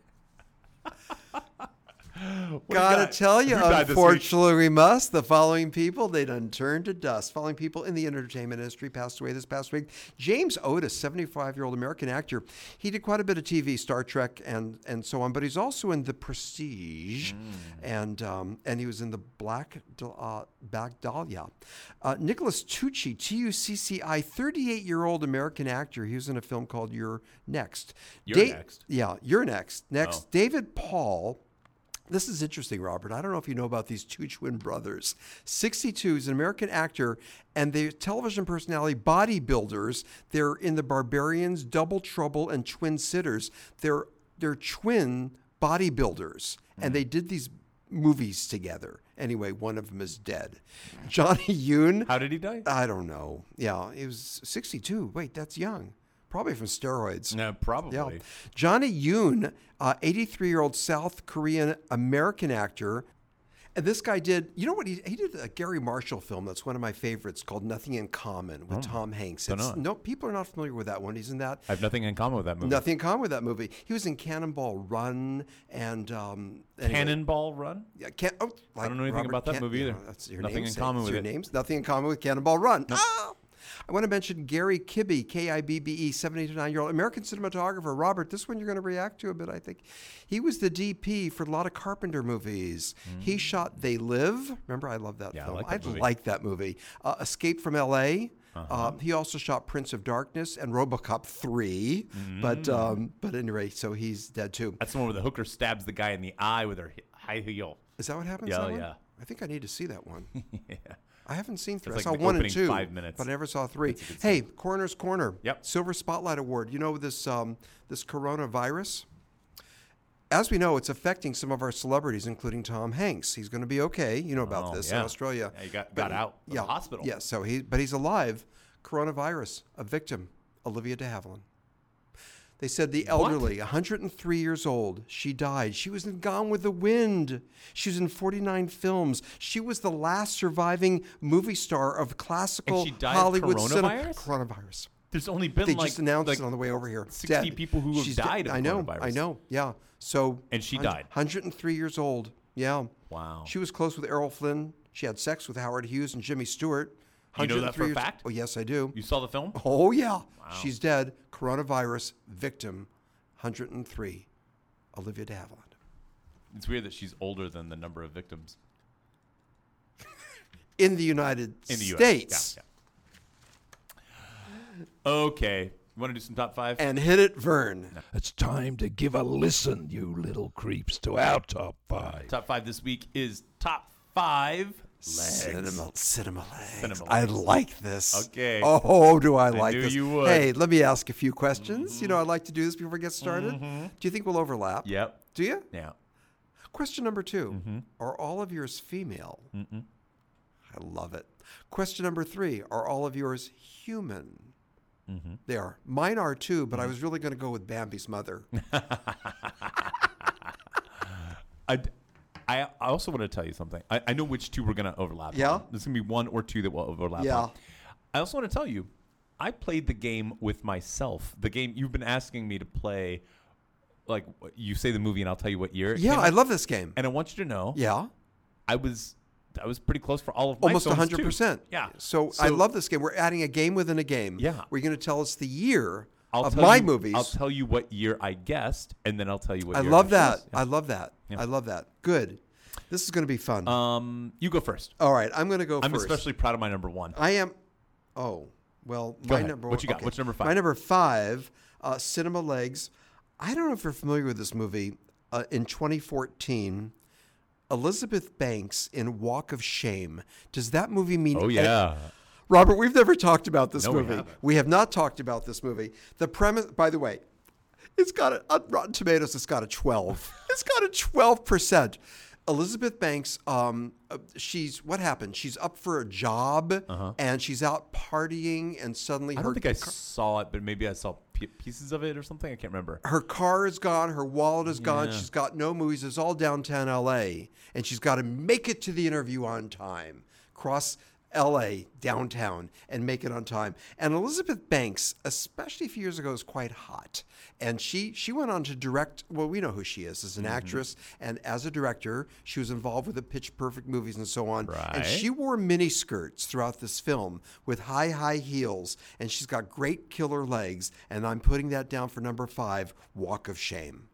What do you
Gotta
got?
tell you,
Who died this week?
unfortunately, we must. The following people, they done turned to dust. Following people in the entertainment industry passed away this past week. James Otis, 75 year old American actor. He did quite a bit of TV, Star Trek, and, and so on, but he's also in The Prestige,
Hmm.
and, um, and he was in The Black D- uh, Back Dahlia. Uh, Nicholas Tucci, T U C C I, 38 year old American actor. He was in a film called You're Next.
You're Next.
Yeah, You're Next. Next,
Oh.
David Paul. This is interesting, Robert. I don't know if you know about these two twin brothers. 62 is an American actor and the television personality Bodybuilders. They're in The Barbarians, Double Trouble, and Twin Sitters. They're, they're twin bodybuilders, and they did these movies together. Anyway, one of them is dead. Johnny Yoon.
How did he die?
I don't know. Yeah, he was 62. Wait, that's young. Probably from steroids.
no, probably.
Yeah. Johnny Yoon, 83 year old South Korean American actor. And this guy did, you know what? He, he did a Gary Marshall film that's one of my favorites called Nothing in Common with Tom Hanks. It's,
know.
no, people are not familiar with that one. He's in that.
I have nothing in common with that movie.
Nothing in common with that movie. He was in Cannonball Run and. Um, anyway.
Cannonball Run.
Yeah, can, oh, like
don't know anything
Robert
about that
Can-
movie
yeah,
either.
that's your
Nothing in
namesake.
common
It's
with
your
it.
Names, nothing in common with Cannonball Run. Ah! I want to mention Gary Kibbe, K I B B E, 79 year old American cinematographer. Robert, this one you're going to react to a bit, I think. He was the DP for a lot of Carpenter movies. He shot They Live. Remember, I love that
Mm. Yeah, I like that
film.
movie. Uh-huh.
like that movie. Uh, Escape from LA. Um, he also shot Prince of Darkness and Robocop 3. But
Mm.
um, but anyway, so he's dead too.
That's the one where the hooker stabs the guy in the eye with her he- high heel.
Is that what happens?
Yeah,
that
oh,
one?
yeah.
I think I need to see that one.
yeah.
I haven't seen three.
like
I saw
the
one and
opening
two,
five minutes.
but I never saw three. Hey, Coroner's Corner.
Yep.
Silver Spotlight Award. You know this um, this coronavirus. As we know, it's affecting some of our celebrities, including Tom Hanks. He's going to be okay. You know about
Oh,
this
yeah.
in Australia.
Yeah, he got-
But
got out of the hospital.
Yeah, so he but he's alive. Coronavirus, a victim, Olivia De Havilland. They said the elderly, 103 years old, she died. She was in Gone with the Wind. She was in 49 films. She was the last surviving movie star of classical
she died of
Hollywood
coronavirus?
Cine- coronavirus.
There's only been
They
like
just announced
like-
it on the way over here.
60
Dead.
people who have
She's dead.
died of
I know.
coronavirus.
I know. Yeah. So
And she
hun-
died.
103 years old. Yeah.
Wow.
She was close with Errol Flynn. She had sex with Howard Hughes and Jimmy Stewart.
You know that
103
for a
years-
fact?
Oh yes, I do.
You saw the film?
Oh, yeah. She's dead. Coronavirus victim 103, Olivia de Havilland.
It's weird that she's older than the number of victims
In the United
in the U.S.
States.
Yeah, yeah. Okay. want to do some top five?
and hit it, Vern.
It's time to give a listen, you little creeps, to our top five.
Top five this week is top five.
Cinema, cinema legs.
Cinema
I
legs.
like this.
Okay.
Oh, do I like
knew
this?
you would.
Hey, let me ask a few questions. You know, I like to do this before we get started.
Mm-hmm.
Do you think we'll overlap?
Yep.
Do you?
Now,
Question number 2
Mm-hmm.
Are all of yours female? I love it. Question number three Are all of yours human?
Mm-hmm.
They are. Mine are too, but I was really going to go with Bambi's mother.
I, I I also want to tell you something. I, I know which two we're going to overlap.
Yeah?
on. There's going to be one or two that will overlap.
Yeah.
on. I also want to tell you, I played the game with myself. The game you've been asking me to play, like you say the movie, and I'll tell you what year. it
yeah,
came
I
out.
love this game.
and I want you to know,
Yeah.
I was I was pretty close for all of my
Almost
films, too.
100%.
Yeah.
So, I love this game. We're adding a game within a game.
Yeah.
Where you're going to tell us the year
I'll
of
tell
my
you-
movies.
I'll tell you what year I guessed, and then I'll tell you what.
I
year
love
I
that.
chose.
I love that. I love that. Good. This is going to be fun.
Um, you go first.
All right, I'm going to go
I'm
first. Uh,
especially proud of my number one.
I am. Oh, well, my
ahead.
number.
What you got?
okay.
What's number five?
My number five, uh, Cinema Legs. I don't know if you're familiar with this movie. Uh, in 2014, Elizabeth Banks in Walk of Shame. Does that movie mean?
Oh yeah,
Robert, we've never talked about this
No, we
movie.
haven't.
have not talked about this movie. The premise, by the way, it's got a, on Rotten Tomatoes, it's got a 12. it's got a 12%. Elizabeth Banks, um, uh, she's, what happened? She's up for a job and she's out partying and suddenly
Uh-huh. I
her,
don't think I saw it, but maybe I saw p- pieces of it or something. I can't remember.
her car is gone, her wallet is gone, she's got no movies, it's all downtown LA and she's got to make it to the interview on time. Cross LA downtown and make it on time. And Elizabeth Banks, especially a few years ago, is quite hot. And she she went on to direct. Well, we know who she is as an actress and as a director. She was involved with the Pitch Perfect movies and so on. And
Right.
she wore mini skirts throughout this film with high high heels. And she's got great killer legs. And I'm putting that down for number five, Walk of Shame.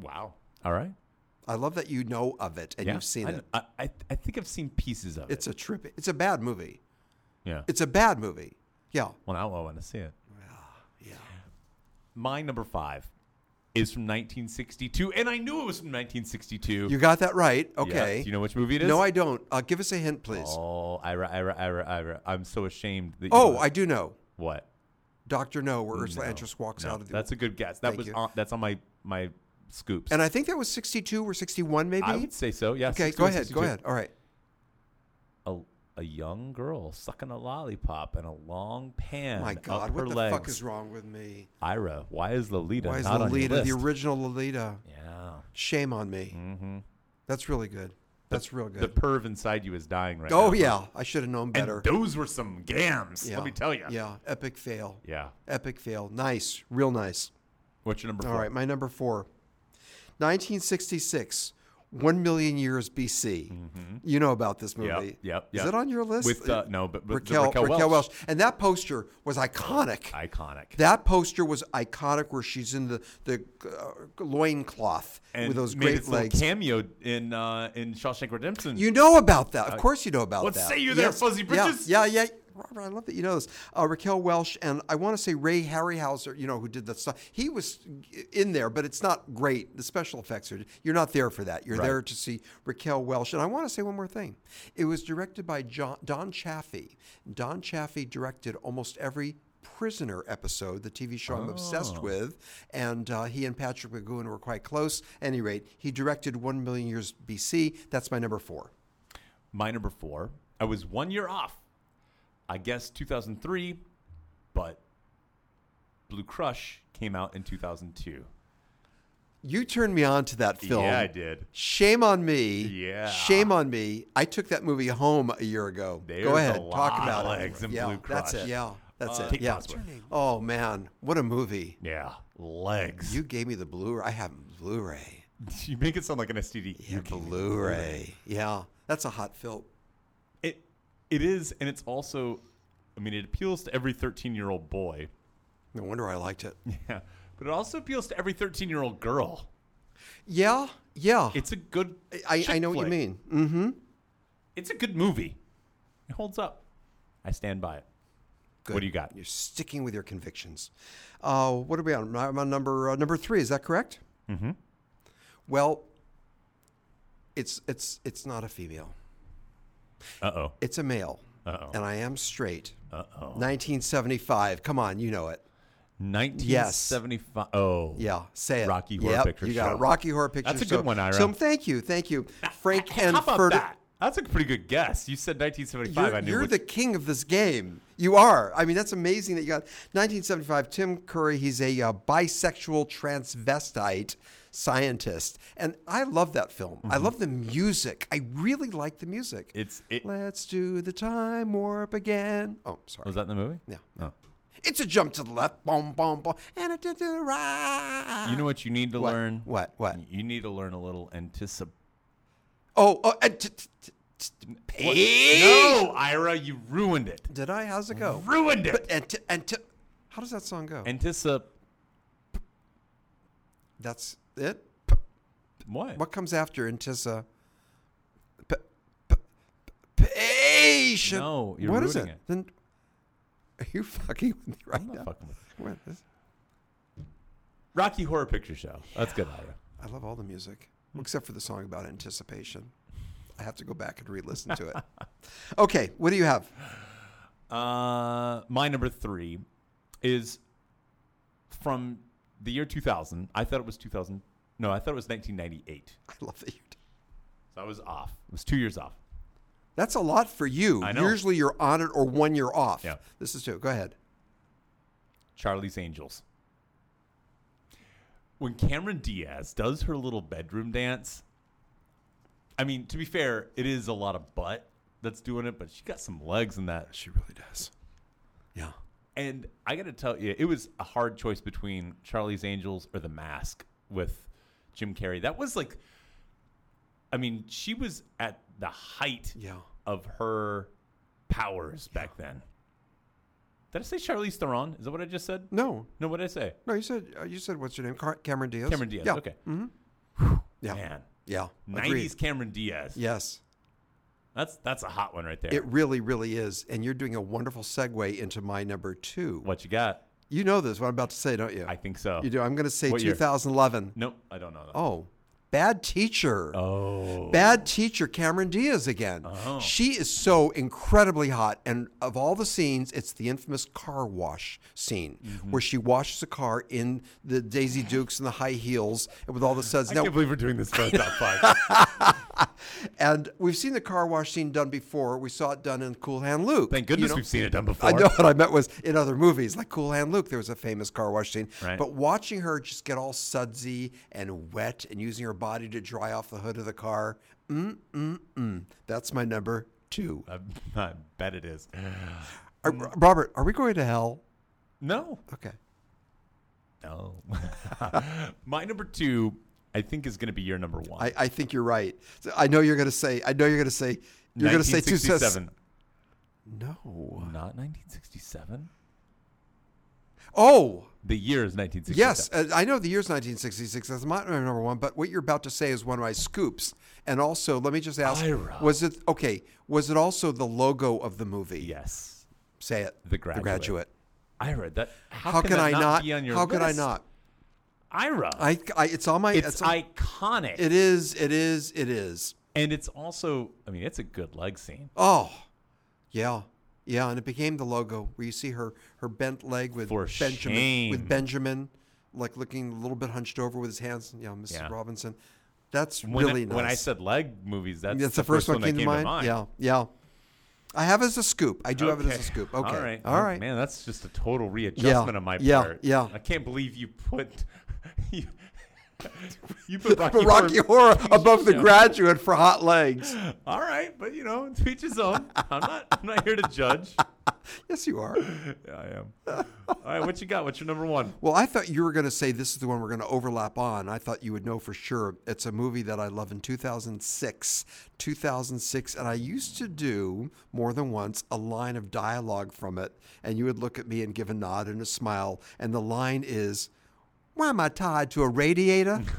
Wow. All right.
I love that you know of it and
Yeah.
you've seen
I,
it.
I, I I think I've seen pieces of
It's
it.
a trip. It's a bad movie.
yeah.
It's a bad movie. Yeah.
well, now I want to see it.
Yeah.
My number five is from 1962, and I knew it was from 1962.
You got that right.
Yeah.
Okay.
Do you know which movie it is?
no, I don't. Uh, give us a hint, please. Oh,
Oh, Ira, Ira, Ira, Ira. I'm so ashamed that. You
I do know.
What?
Doctor No, where Ursula Andress walks
No,
out of the.
that's a good guess. That
Thank
was
you.
on, that's on my my scoops.
and I think that was 62 or 61, maybe.
I would say so. Yeah.
okay,
61,
go ahead.
62.
Go ahead. All right.
A, a young girl sucking a lollipop and a long pan.
My
up
God,
her
what the
legs.
fuck is wrong with me?
Ira, why is Lolita
Why is
not
Lolita
on
the
your list?
original Lolita?
yeah.
Shame on me. Mm-hmm. That's really good. That's real
The
good.
perv inside you is dying right now.
oh yeah, I should have known
And
better.
those were some gams.
yeah.
Let me tell you.
Yeah, epic fail.
Yeah.
Epic fail. Nice, real nice.
What's your number four?
All right, my number four. 1966, 1 million years BC. You know about this movie.
Mm-hmm. Yep, yep,
Is
yep.
it on your list?
With, uh, no, but- but the
Raquel,
Raquel
Welch.
Welch.
And that poster was iconic.
Iconic.
that poster was iconic where she's in the, the uh, loincloth
and
with those
made
great
its little
legs.
cameo in uh, in Shawshank Redemption.
You know about that. Of course you know about
let's
that.
say you're there, Fuzzy
yeah,
Bridges.
Yeah, yeah. Robert, I love that you know this. Uh, Raquel Welsh and I want to say Ray Harryhauser, you know, who did the stuff. He was in there, but it's not great. The special effects are, you're not there for that. You're
Right.
there to see Raquel Welsh. And I want to say one more thing. It was directed by John, Don Chaffee. Don Chaffee directed almost every Prisoner episode, the TV show I'm obsessed
Oh.
with, and uh, he and Patrick McGowan were quite close. At any rate, he directed One Million Years BC. That's my number four.
My number four. I was one year off. I guess 2003, but Blue Crush came out in 2002.
You turned me on to that film.
Yeah, I did.
Shame on me.
Yeah.
Shame on me. I took that movie home a year ago.
There's
Go ahead.
a lot
talk
of
about
legs
it.
in
yeah,
Blue
that's
Crush.
it. Yeah. That's
Uh,
it.
Kate
yeah.
Bosworth. What's her
Oh man, what a movie.
Yeah, legs.
You gave me the Blu-ray. I have Blu-ray.
You make it sound like an STD.
Yeah, Blu-ray. Yeah. That's a hot film.
It it is, and it's also, I mean, it appeals to every 13 year old boy.
No wonder I liked it.
Yeah, but it also appeals to every 13 year old girl.
Yeah. Yeah.
It's a good.
I, I
chick
know what you
flick.
mean. Mm-hmm.
It's a good movie. It holds up. I stand by it.
Good.
What do you got?
You're sticking with your convictions. Uh, what are we on? I'm on number uh, number three. Is that correct? Mm-hmm. Well, it's it's it's not a female.
Uh oh.
It's a male.
Uh-oh.
And I am straight.
Uh oh.
1975. Come on, you know it.
1975. Oh.
Yeah, say it.
Rocky Horror
Yep,
Picture
you got
Show.
it. Rocky Horror Picture
That's a
Show.
good one, Ira.
So thank you, thank you, Frank and
How about
Ferdi-
that? That's a pretty good guess. You said 1975.
You're,
I knew.
you're
which-
the king of this game. You are. I mean, that's amazing that you got 1975. Tim Curry, he's a uh, bisexual transvestite scientist. And I love that film. I love the music. I really like the music.
Mm-hmm. It's- it-
Let's do the time warp again. Oh, sorry.
Was that in the movie?
Yeah.
Oh.
It's a jump to the left, boom, boom, boom, and a to the right.
You know what you need to
What?
learn?
What? What?
You need to learn a little anticip.
Oh, oh and t- t- t- t-
What?
page.
No, Ira, you ruined it.
Did I? How's it go?
Ruined it.
But and t- and t- how does that song go?
Anticip.
That's it.
What?
What comes after Antissa? P- p- p- patient.
No, you're
What is
ruining
it?
it.
Then are you fucking with me right
I'm not
now?
fucking with you.
What is-
Rocky Horror Picture Show. That's good, Ira.
I love all the music
Hmm.
except for the song about anticipation. I have to go back and re-listen to it. okay, what do you have?
Uh, my number three is from the year 2000. I thought it was 2000. No, I thought it was 1998.
I love that you. did-
So I was off. It was two years off.
That's a lot for you.
I know.
Usually you're on it or one year off.
Yeah.
This is two. Go ahead.
Charlie's Angels. When Cameron Diaz does her little bedroom dance, I mean, to be fair, it is a lot of butt that's doing it, but she got some legs in that.
She really does. Yeah.
And I got to tell you, it was a hard choice between Charlie's Angels or The Mask with Jim Carrey. That was like, I mean, she was at the height
Yeah.
of her powers back then. Did I say Charlize Theron? Is that what I just said?
No.
No, what did I say?
No, you said uh, you said what's your name? Car- Cameron Diaz.
Cameron Diaz.
Yeah.
Okay.
Yeah.
Man.
Yeah. Agreed.
Nineties Cameron Diaz.
Yes.
That's that's a hot one right there.
It really, really is. And you're doing a wonderful segue into my number two.
what you got?
You know this, what I'm about to say, don't you?
I think so.
You do. I'm going to say
What year?
2011.
Nope, I don't know that.
Oh, bad teacher.
Oh.
Bad teacher Cameron Diaz again. She is so incredibly hot. And of all the scenes, it's the infamous car wash scene
Mm-hmm.
where she washes the car in the Daisy Dukes and the high heels and with all the suds.
I
Now,
can't believe we're doing this for a top five.
and we've seen the car wash scene done before. We saw it done in Cool Hand Luke.
Thank
you
goodness
know?
we've seen it done before.
I know what I meant was in other movies, like Cool Hand Luke, there was a famous car wash scene.
Right.
But watching her just get all sudsy and wet and using her body to dry off the hood of the car, mm, mm, mm. That's my number two.
I, I bet it is.
Are-
Mm.
Robert, are we going to hell?
No.
Okay.
No. My number two, I think, is gonna be your number one.
I, I think you're right. So I know you're going to say, I know you're going to say, you're going to say
1967.
267. No.
Not nineteen sixty seven?
Oh,
The year is nineteen sixty seven.
Yes, uh, I know the year's 1966. That's not my number one, but what you're about to say is one of my scoops. And also, let me just ask:
Ira.
Was it okay? Was it also the logo of the movie?
Yes.
Say it.
The Graduate.
The graduate.
Ira, that how,
How, can,
that
I not?
be on your
how
list?
could I not?
Ira.
I, I. It's on my.
it's,
on,
iconic.
It is. It is. It is.
And it's also, I mean, it's a good leg scene.
Oh, yeah, yeah. And it became the logo where you see her her bent leg with
For
Benjamin
shame.
with Benjamin, like looking a little bit hunched over with his hands. Yeah, Mrs.
Yeah.
Robinson. That's
When,
really
I,
nice.
when I said leg movies, that's,
That's the, first, one,
that
came to mind. Yeah, yeah. I have it as a scoop. I do have it as a scoop. Okay.
All right. Oh,
All right.
Man, that's just a total readjustment on my
yeah,
part.
yeah.
I can't believe you put you, you put Rocky,
But Rocky
Horror-
Horror above the
Yeah.
graduate for hot legs.
All right, but you know, to each his own. I'm not. I'm not here to judge.
Yes, you are.
Yeah, I am. All right, what you got? What's your number one?
Well, I thought you were going to say this is the one we're going to overlap on. I thought you would know for sure. It's a movie that I love in 2006. 2006. And I used to do more than once a line of dialogue from it. And you would look at me and give a nod and a smile. And the line is, Why am I tied to a radiator?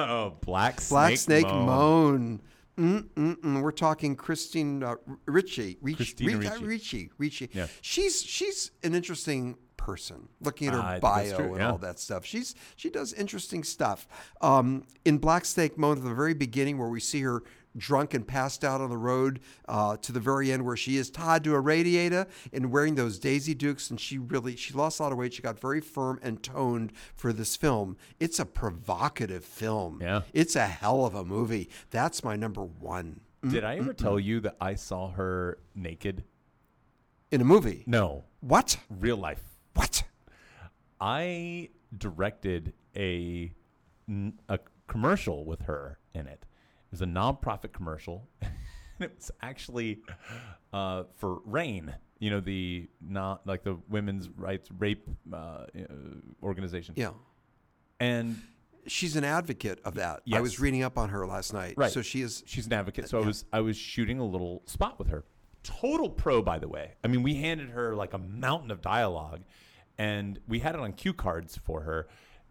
Oh, Black Snake.
Black Snake,
Moan.
Moan. Mm-mm-mm. We're talking Christine uh, R- Ritchie. Ricci-
Christina
Ri-
Ricci.
Ricci. Ricci.
Yeah.
She's she's an interesting person. Looking at her
Uh, that's
bio
true,
and
yeah.
all that stuff, she's she does interesting stuff. Um, in Black Snake Moan, at the very beginning, where we see her drunk and passed out on the road, uh, to the very end where she is tied to a radiator and wearing those Daisy Dukes, and she really she lost a lot of weight. She got very firm and toned for this film. It's a provocative film.
Yeah.
It's a hell of a movie. That's my number one
Did I ever tell you that I saw her naked?
in a movie.
No,
What?
real life.
What?
I directed a n- a commercial with her in it. It was a nonprofit commercial. it was actually uh, for Rain, you know, the not like the women's rights rape uh, uh, organization.
Yeah.
And
She's an advocate of that. I
Yes.
was reading up on her last night.
Right.
So she is
she's an advocate. So I was I was shooting a little spot with her. Total pro, by the way. I mean, we handed her like a mountain of dialogue, and we had it on cue cards for her,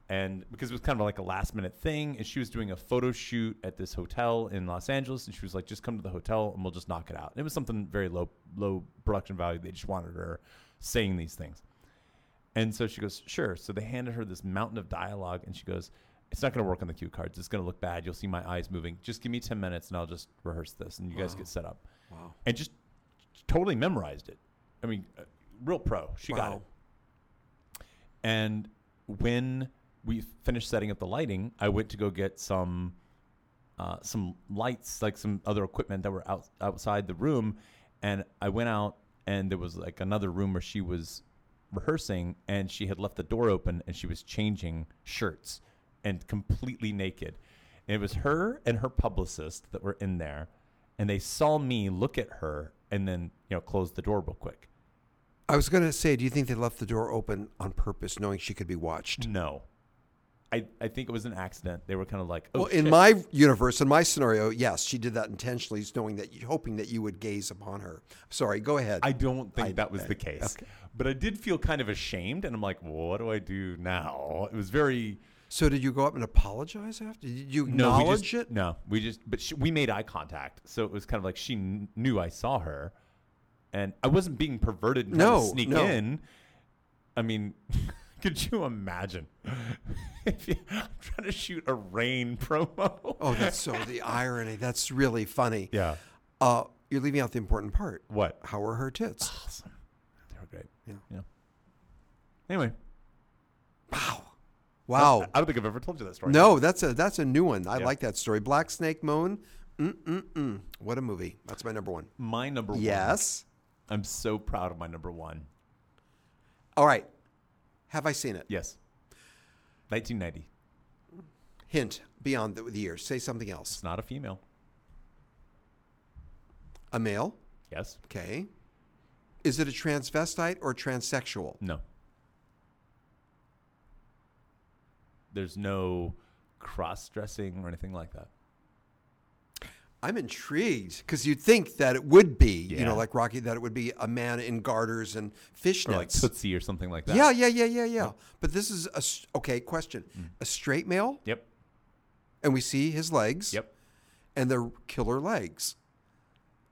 and because it was kind of like a last minute thing, and she was doing a photo shoot at this hotel in Los Angeles, and she was like, "Just come to the hotel, and we'll just knock it out." And it was something very low low production value. They just wanted her saying these things. And so she goes, sure. So they handed her this mountain of dialogue, and she goes, it's not going to work on the cue cards. It's going to look bad. You'll see my eyes moving. Just give me 10 minutes, and I'll just rehearse this, and you guys get set up. Wow. And just totally memorized it. I mean, uh, real pro. She got it.
Wow.
And when we finished setting up the lighting, I went to go get some uh, some lights, like some other equipment that were out, outside the room. And I went out, and there was like another room where she was rehearsing, and she had left the door open, and she was changing shirts and completely naked. And it was her and her publicist that were in there, and they saw me look at her and then you know close the door real quick.
I was going to say, do you think they left the door open on purpose, knowing she could be watched?
No. I, I think it was an accident. They were kind of like, oh,
Well, in
shit.
my universe, in my scenario, yes, she did that intentionally, knowing that, you hoping that you would gaze upon her. Sorry, go ahead.
I don't think that was the case. But I did feel kind of ashamed, and I'm like, what do I do now? It was very
so, did you go up and apologize after? Did you
no, we
acknowledge
just,
it?
No, we just but she, we made eye contact, so it was kind of like she kn- knew I saw her, and I wasn't being perverted and trying
No,
to sneak
no.
in. I mean, could you imagine? if you, I'm trying to shoot a rain promo.
Oh, that's so the irony. That's really funny.
Yeah,
Uh, you're leaving out the important part.
what?
How are her tits?
Awesome. They were great.
Yeah.
yeah. Anyway,
Wow.
I don't think I've ever told you that story.
Oh. No, that's a that's a new one. I
Yeah.
like that story. Black Snake Moan. Mm-mm-mm. What a movie. That's my number one.
my number one.
Yes.
I'm so proud of my number one.
All right. Have I seen it?
Yes. 1990.
Hint beyond the, the years. Say something else.
It's not a female.
A male.
Yes.
Okay. Is it a transvestite or transsexual?
No. There's no cross dressing or anything like that.
I'm intrigued because you'd think that it would be, you
Yeah.
know, like Rocky, that it would be a man in garters and fishnets.
Or like Tootsie or something like that.
yeah, yeah, yeah, yeah, yeah. But this is a s- okay question.
Mm.
A straight male,
Yep.
and we see his legs,
Yep.
and they're killer legs.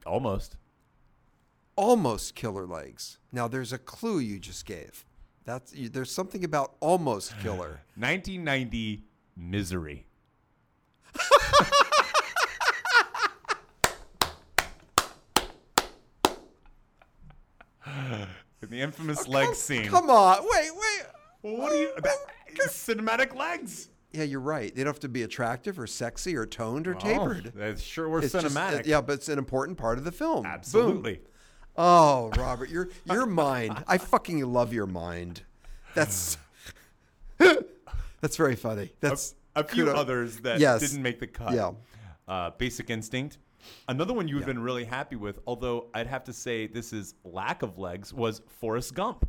Almost.
almost killer legs. Now there's a clue you just gave. That's you, there's something about almost killer.
1990 Misery. In the infamous leg scene.
Oh, Come on, wait, wait.
Well, what do you? that- cinematic legs.
Yeah, you're right. They don't have to be attractive or sexy or toned or
Oh,
tapered.
that sure were
It's just-
cinematic.
it- yeah, but it's an important part of the film. Boom.
absolutely.
Oh, Robert, your your mind. I fucking love your mind. That's that's very funny. That's
A few
kudos.
others that
Yes.
didn't make the cut.
Yeah.
Uh, Basic Instinct. Another one you've been really happy with, although I'd have to say this is lack of legs, was Forrest Gump.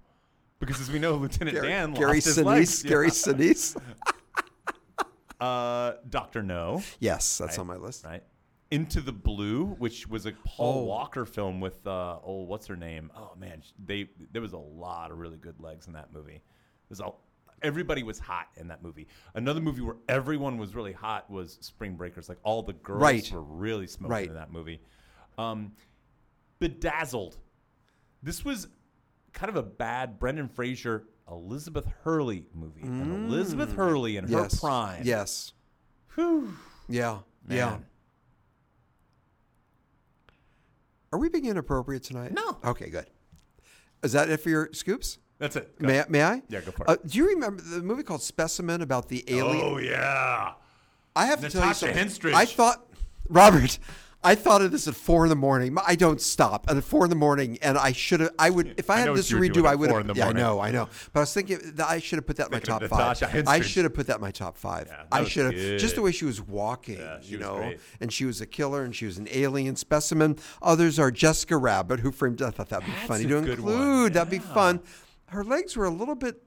Because as we know, Lieutenant
Gary,
Dan
Gary
lost his
Sinise.
legs.
Gary Sinise.
Yeah. Uh, Doctor No,
Yes, that's on my list.
right? Into the Blue, which was a Paul
Oh.
Walker film with uh, oh, what's her name? Oh man, sh- they there was a lot of really good legs in that movie. There's a Everybody was hot in that movie. Another movie where everyone was really hot was Spring Breakers. Like all the girls
Right.
were really smoking
Right.
in that movie. Um, Bedazzled. This was kind of a bad Brendan Fraser, Elizabeth Hurley movie. And Elizabeth Hurley in
Mm. yes.
her prime.
Yes. Yeah. Yeah.
Man.
Are we being inappropriate tonight?
No.
Okay, good. Is that it for your scoops?
That's it. Go.
May, I- may I?
Yeah, go for it.
Uh, do you remember the movie called Specimen about the alien?
oh, yeah.
I have to tell you
Natasha
something.
Henstridge.
I thought, Robert, I thought of this at four in the morning. I don't stop at four in the morning, and I should have. I would if
I
I,
know
had
what
this to
you were
redo.
doing at
I would
four
have.
in the
Yeah, I
morning.
know, I know. But I was thinking that I should have put that in my
Thinking
top
of
five.
Natasha
I
Henstridge.
should have put that in my top five.
that
I
was
should have just the
good.
way she was walking,
Yeah, she
you
was
know,
great.
and she was a killer, and she was an alien specimen. Others are Jessica Rabbit, who framed. I thought that'd be
That's
funny
a
to
good
include.
one.
That'd be
Yeah.
fun. Her legs were a little bit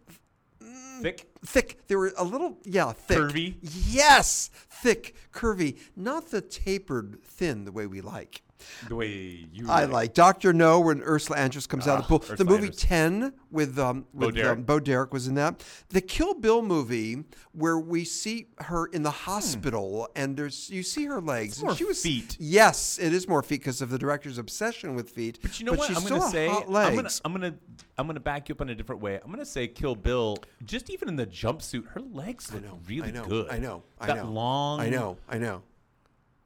Thick.
thick. They were a little, yeah, thick.
Curvy?
Yes, thick, curvy. Not the tapered thin the way we like.
The way you
I like Doctor No when Ursula Andress comes out of the pool.
Ah, Ursula
the movie
Andress.
Ten with um with
Derek.
um, Bo Derek was in that. The Kill Bill movie where we see her in the hospital and there's you see her legs. and
Hmm. more
she was
feet.
Yes, it is more feet because of the director's obsession with feet.
But you know what?
she's
I'm
still
gonna
a
say
hot
I'm gonna
legs.
I'm gonna I'm gonna back you up in a different way. I'm gonna say Kill Bill. Just even in the jumpsuit, her legs look really
I know,
good.
I know. I
that
know.
long.
I know. I know.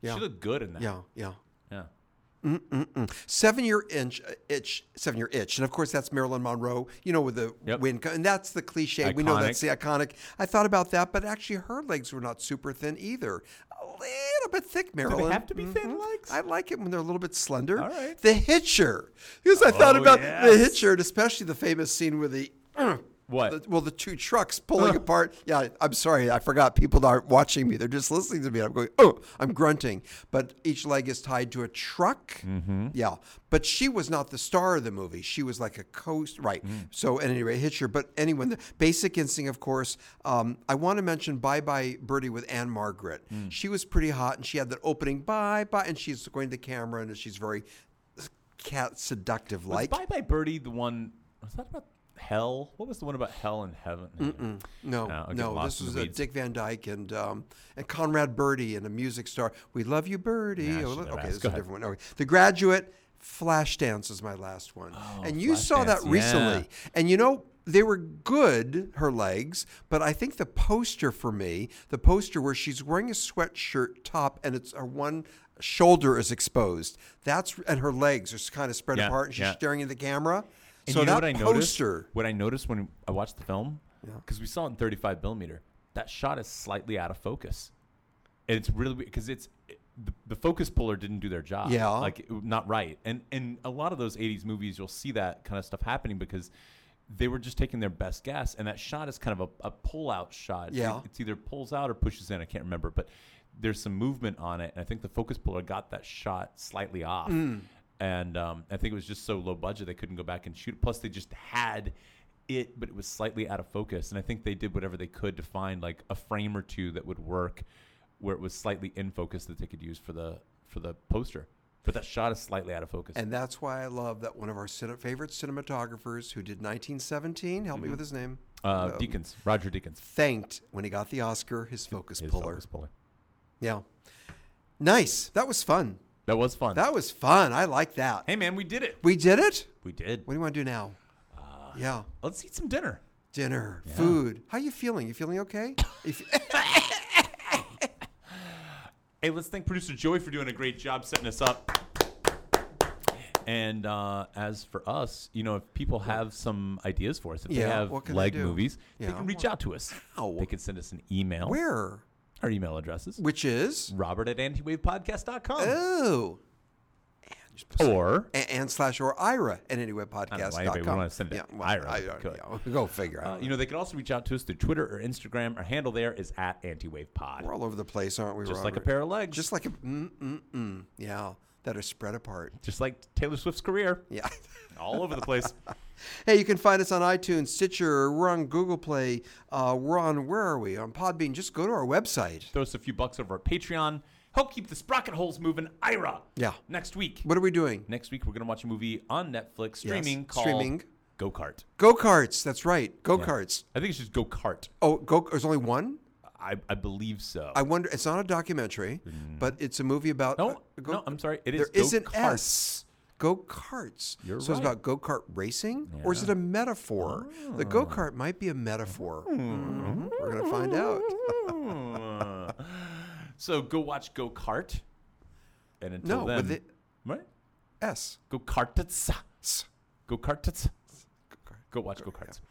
Yeah.
She looked good in that.
Yeah. Yeah.
Yeah.
Seven year inch uh, itch, seven year itch, and of course that's Marilyn Monroe. You know, with the
Yep.
wind, co- and that's the cliche. We know that's the iconic. I thought about that, but actually her legs were not super thin either. A little bit thick, Marilyn. Mm-hmm.
have to be thin legs?
I like it when they're a little bit slender.
All right.
The Hitcher, because I thought
Oh,
about the
yes.
Hitcher, and especially the famous scene with the. uh,
What?
the- well, the two trucks pulling apart. Yeah, I'm sorry, I forgot. People aren't watching me; they're just listening to me. I'm going, oh, I'm grunting. But each leg is tied to a truck. Mm-hmm. Yeah, but she was not the star of the movie. She was like a coast, right? So, at any rate, Hitcher. But anyone, the Basic Instinct, of course. Um, I want to mention Bye Bye Birdie with Anne Margaret. She was pretty hot, and she had that opening bye bye, and she's going to camera, and she's very cat seductive
Was
like.
Bye Bye Birdie the one? Was that about hell? What was the one about hell and heaven?
No,
I'll get
no.
lost
This
in
was
the
uh,
weeds.
Dick Van Dyke and um, and Conrad Birdie and a music star. We love you, Birdie.
Nah, I
Oh,
should
look-
have
okay,
asked.
this is
Go
a
ahead.
different one. Okay. The Graduate, Flashdance is my last one, and you saw that
Oh, Flashdance,
recently. And you know they were good her legs, but I think the poster for me, the poster where she's wearing a sweatshirt top and it's her one shoulder is exposed. That's and her legs are kind of spread
Yeah,
apart, and she's
yeah.
staring at the camera.
And
so
you know
that
what I noticed?
poster.
What I noticed when I watched the film, because we saw it in 35 millimeter, that shot is slightly out of focus, and it's really because it's it- the, the focus puller didn't do their job.
Yeah.
like it- not right. And and a lot of those 80s movies, you'll see that kind of stuff happening because they were just taking their best guess, and that shot is kind of a, a pull out shot. It's,
Yeah.
it's either pulls out or pushes in. I can't remember, but there's some movement on it, and I think the focus puller got that shot slightly off.
Mm.
And um, I think it was just so low budget they couldn't go back and shoot. it. Plus, they just had it, but it was slightly out of focus. And I think they did whatever they could to find like a frame or two that would work, where it was slightly in focus that they could use for the for the poster. But that shot is slightly out of focus.
And that's why I love that one of our cine- favorite cinematographers who did 1917, help me with his name,
uh,
um,
Deacons, Roger Deacons,
thanked when he got the Oscar his focus
his
puller.
focus puller.
Yeah. Nice. That was fun.
That was fun.
That was fun. I like that.
hey man, we did it.
We did it.
We did.
What do you want to do now?
Uh,
yeah.
Let's eat some dinner.
Dinner, food. How you feeling? You feeling okay? If, eh,
Hey, let's thank producer Joey for doing a great job setting us up. And uh, as for us, you know, if people have some ideas for us, if
Yeah,
they have
what can they
leg
do?
movies,
Yeah.
they can reach out to us.
How?
They can send us an email.
where?
Our email addresses
Which is?
robert at antiwavepodcast.com.
Oh.
Or uh,
And, and slash or Ira at anywebpodcast.com.
anybody would wanna send it
well,
Ira,
I- I-
good.
yeah, go figure out.
uh, you know, they can also reach out to us through Twitter or Instagram. Our handle there is at antiwavepod.
We're all over the place, aren't we?
Just like a
Robert?
pair of legs.
Just like a mm mm mm. Yeah, that are spread apart.
just like Taylor Swift's career.
Yeah.
All over the place.
hey, you can find us on iTunes, Stitcher. We're on Google Play. Uh, we're on where are we? On Podbean. Just go to our website.
Throw us a few bucks over at Patreon. Help keep the sprocket holes moving. Ira.
Yeah.
Next week.
What are we doing?
Next week, we're going to watch a movie on Netflix streaming
Yes,
called
streaming.
Go kart.
Go karts. That's right. Go karts.
I think it's just go kart.
Oh, go. There's only one.
I, I believe so.
I wonder. It's not a documentary, but it's a movie about.
Mm. no,
uh, go-
no, I'm sorry. It is
There is an
go-kart.
S. Go karts.
You're
so it's
right.
about go kart racing, or is it a metaphor? The go kart might be a metaphor. Mhm. We're gonna find out.
Hmm. so go watch Go Kart. And until
No,
then,
with the-
right?
S.
Go Karts.
S.
Go Karts. Go watch Go Karts.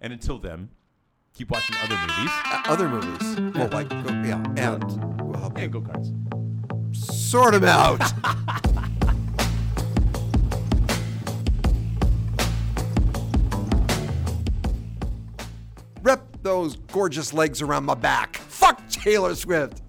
And until then, keep watching other movies
Uh, other movies. Well, like go, yeah, and we'll help you
and Go Karts.
sort them out. Rep those gorgeous legs around my back. Fuck Taylor Swift.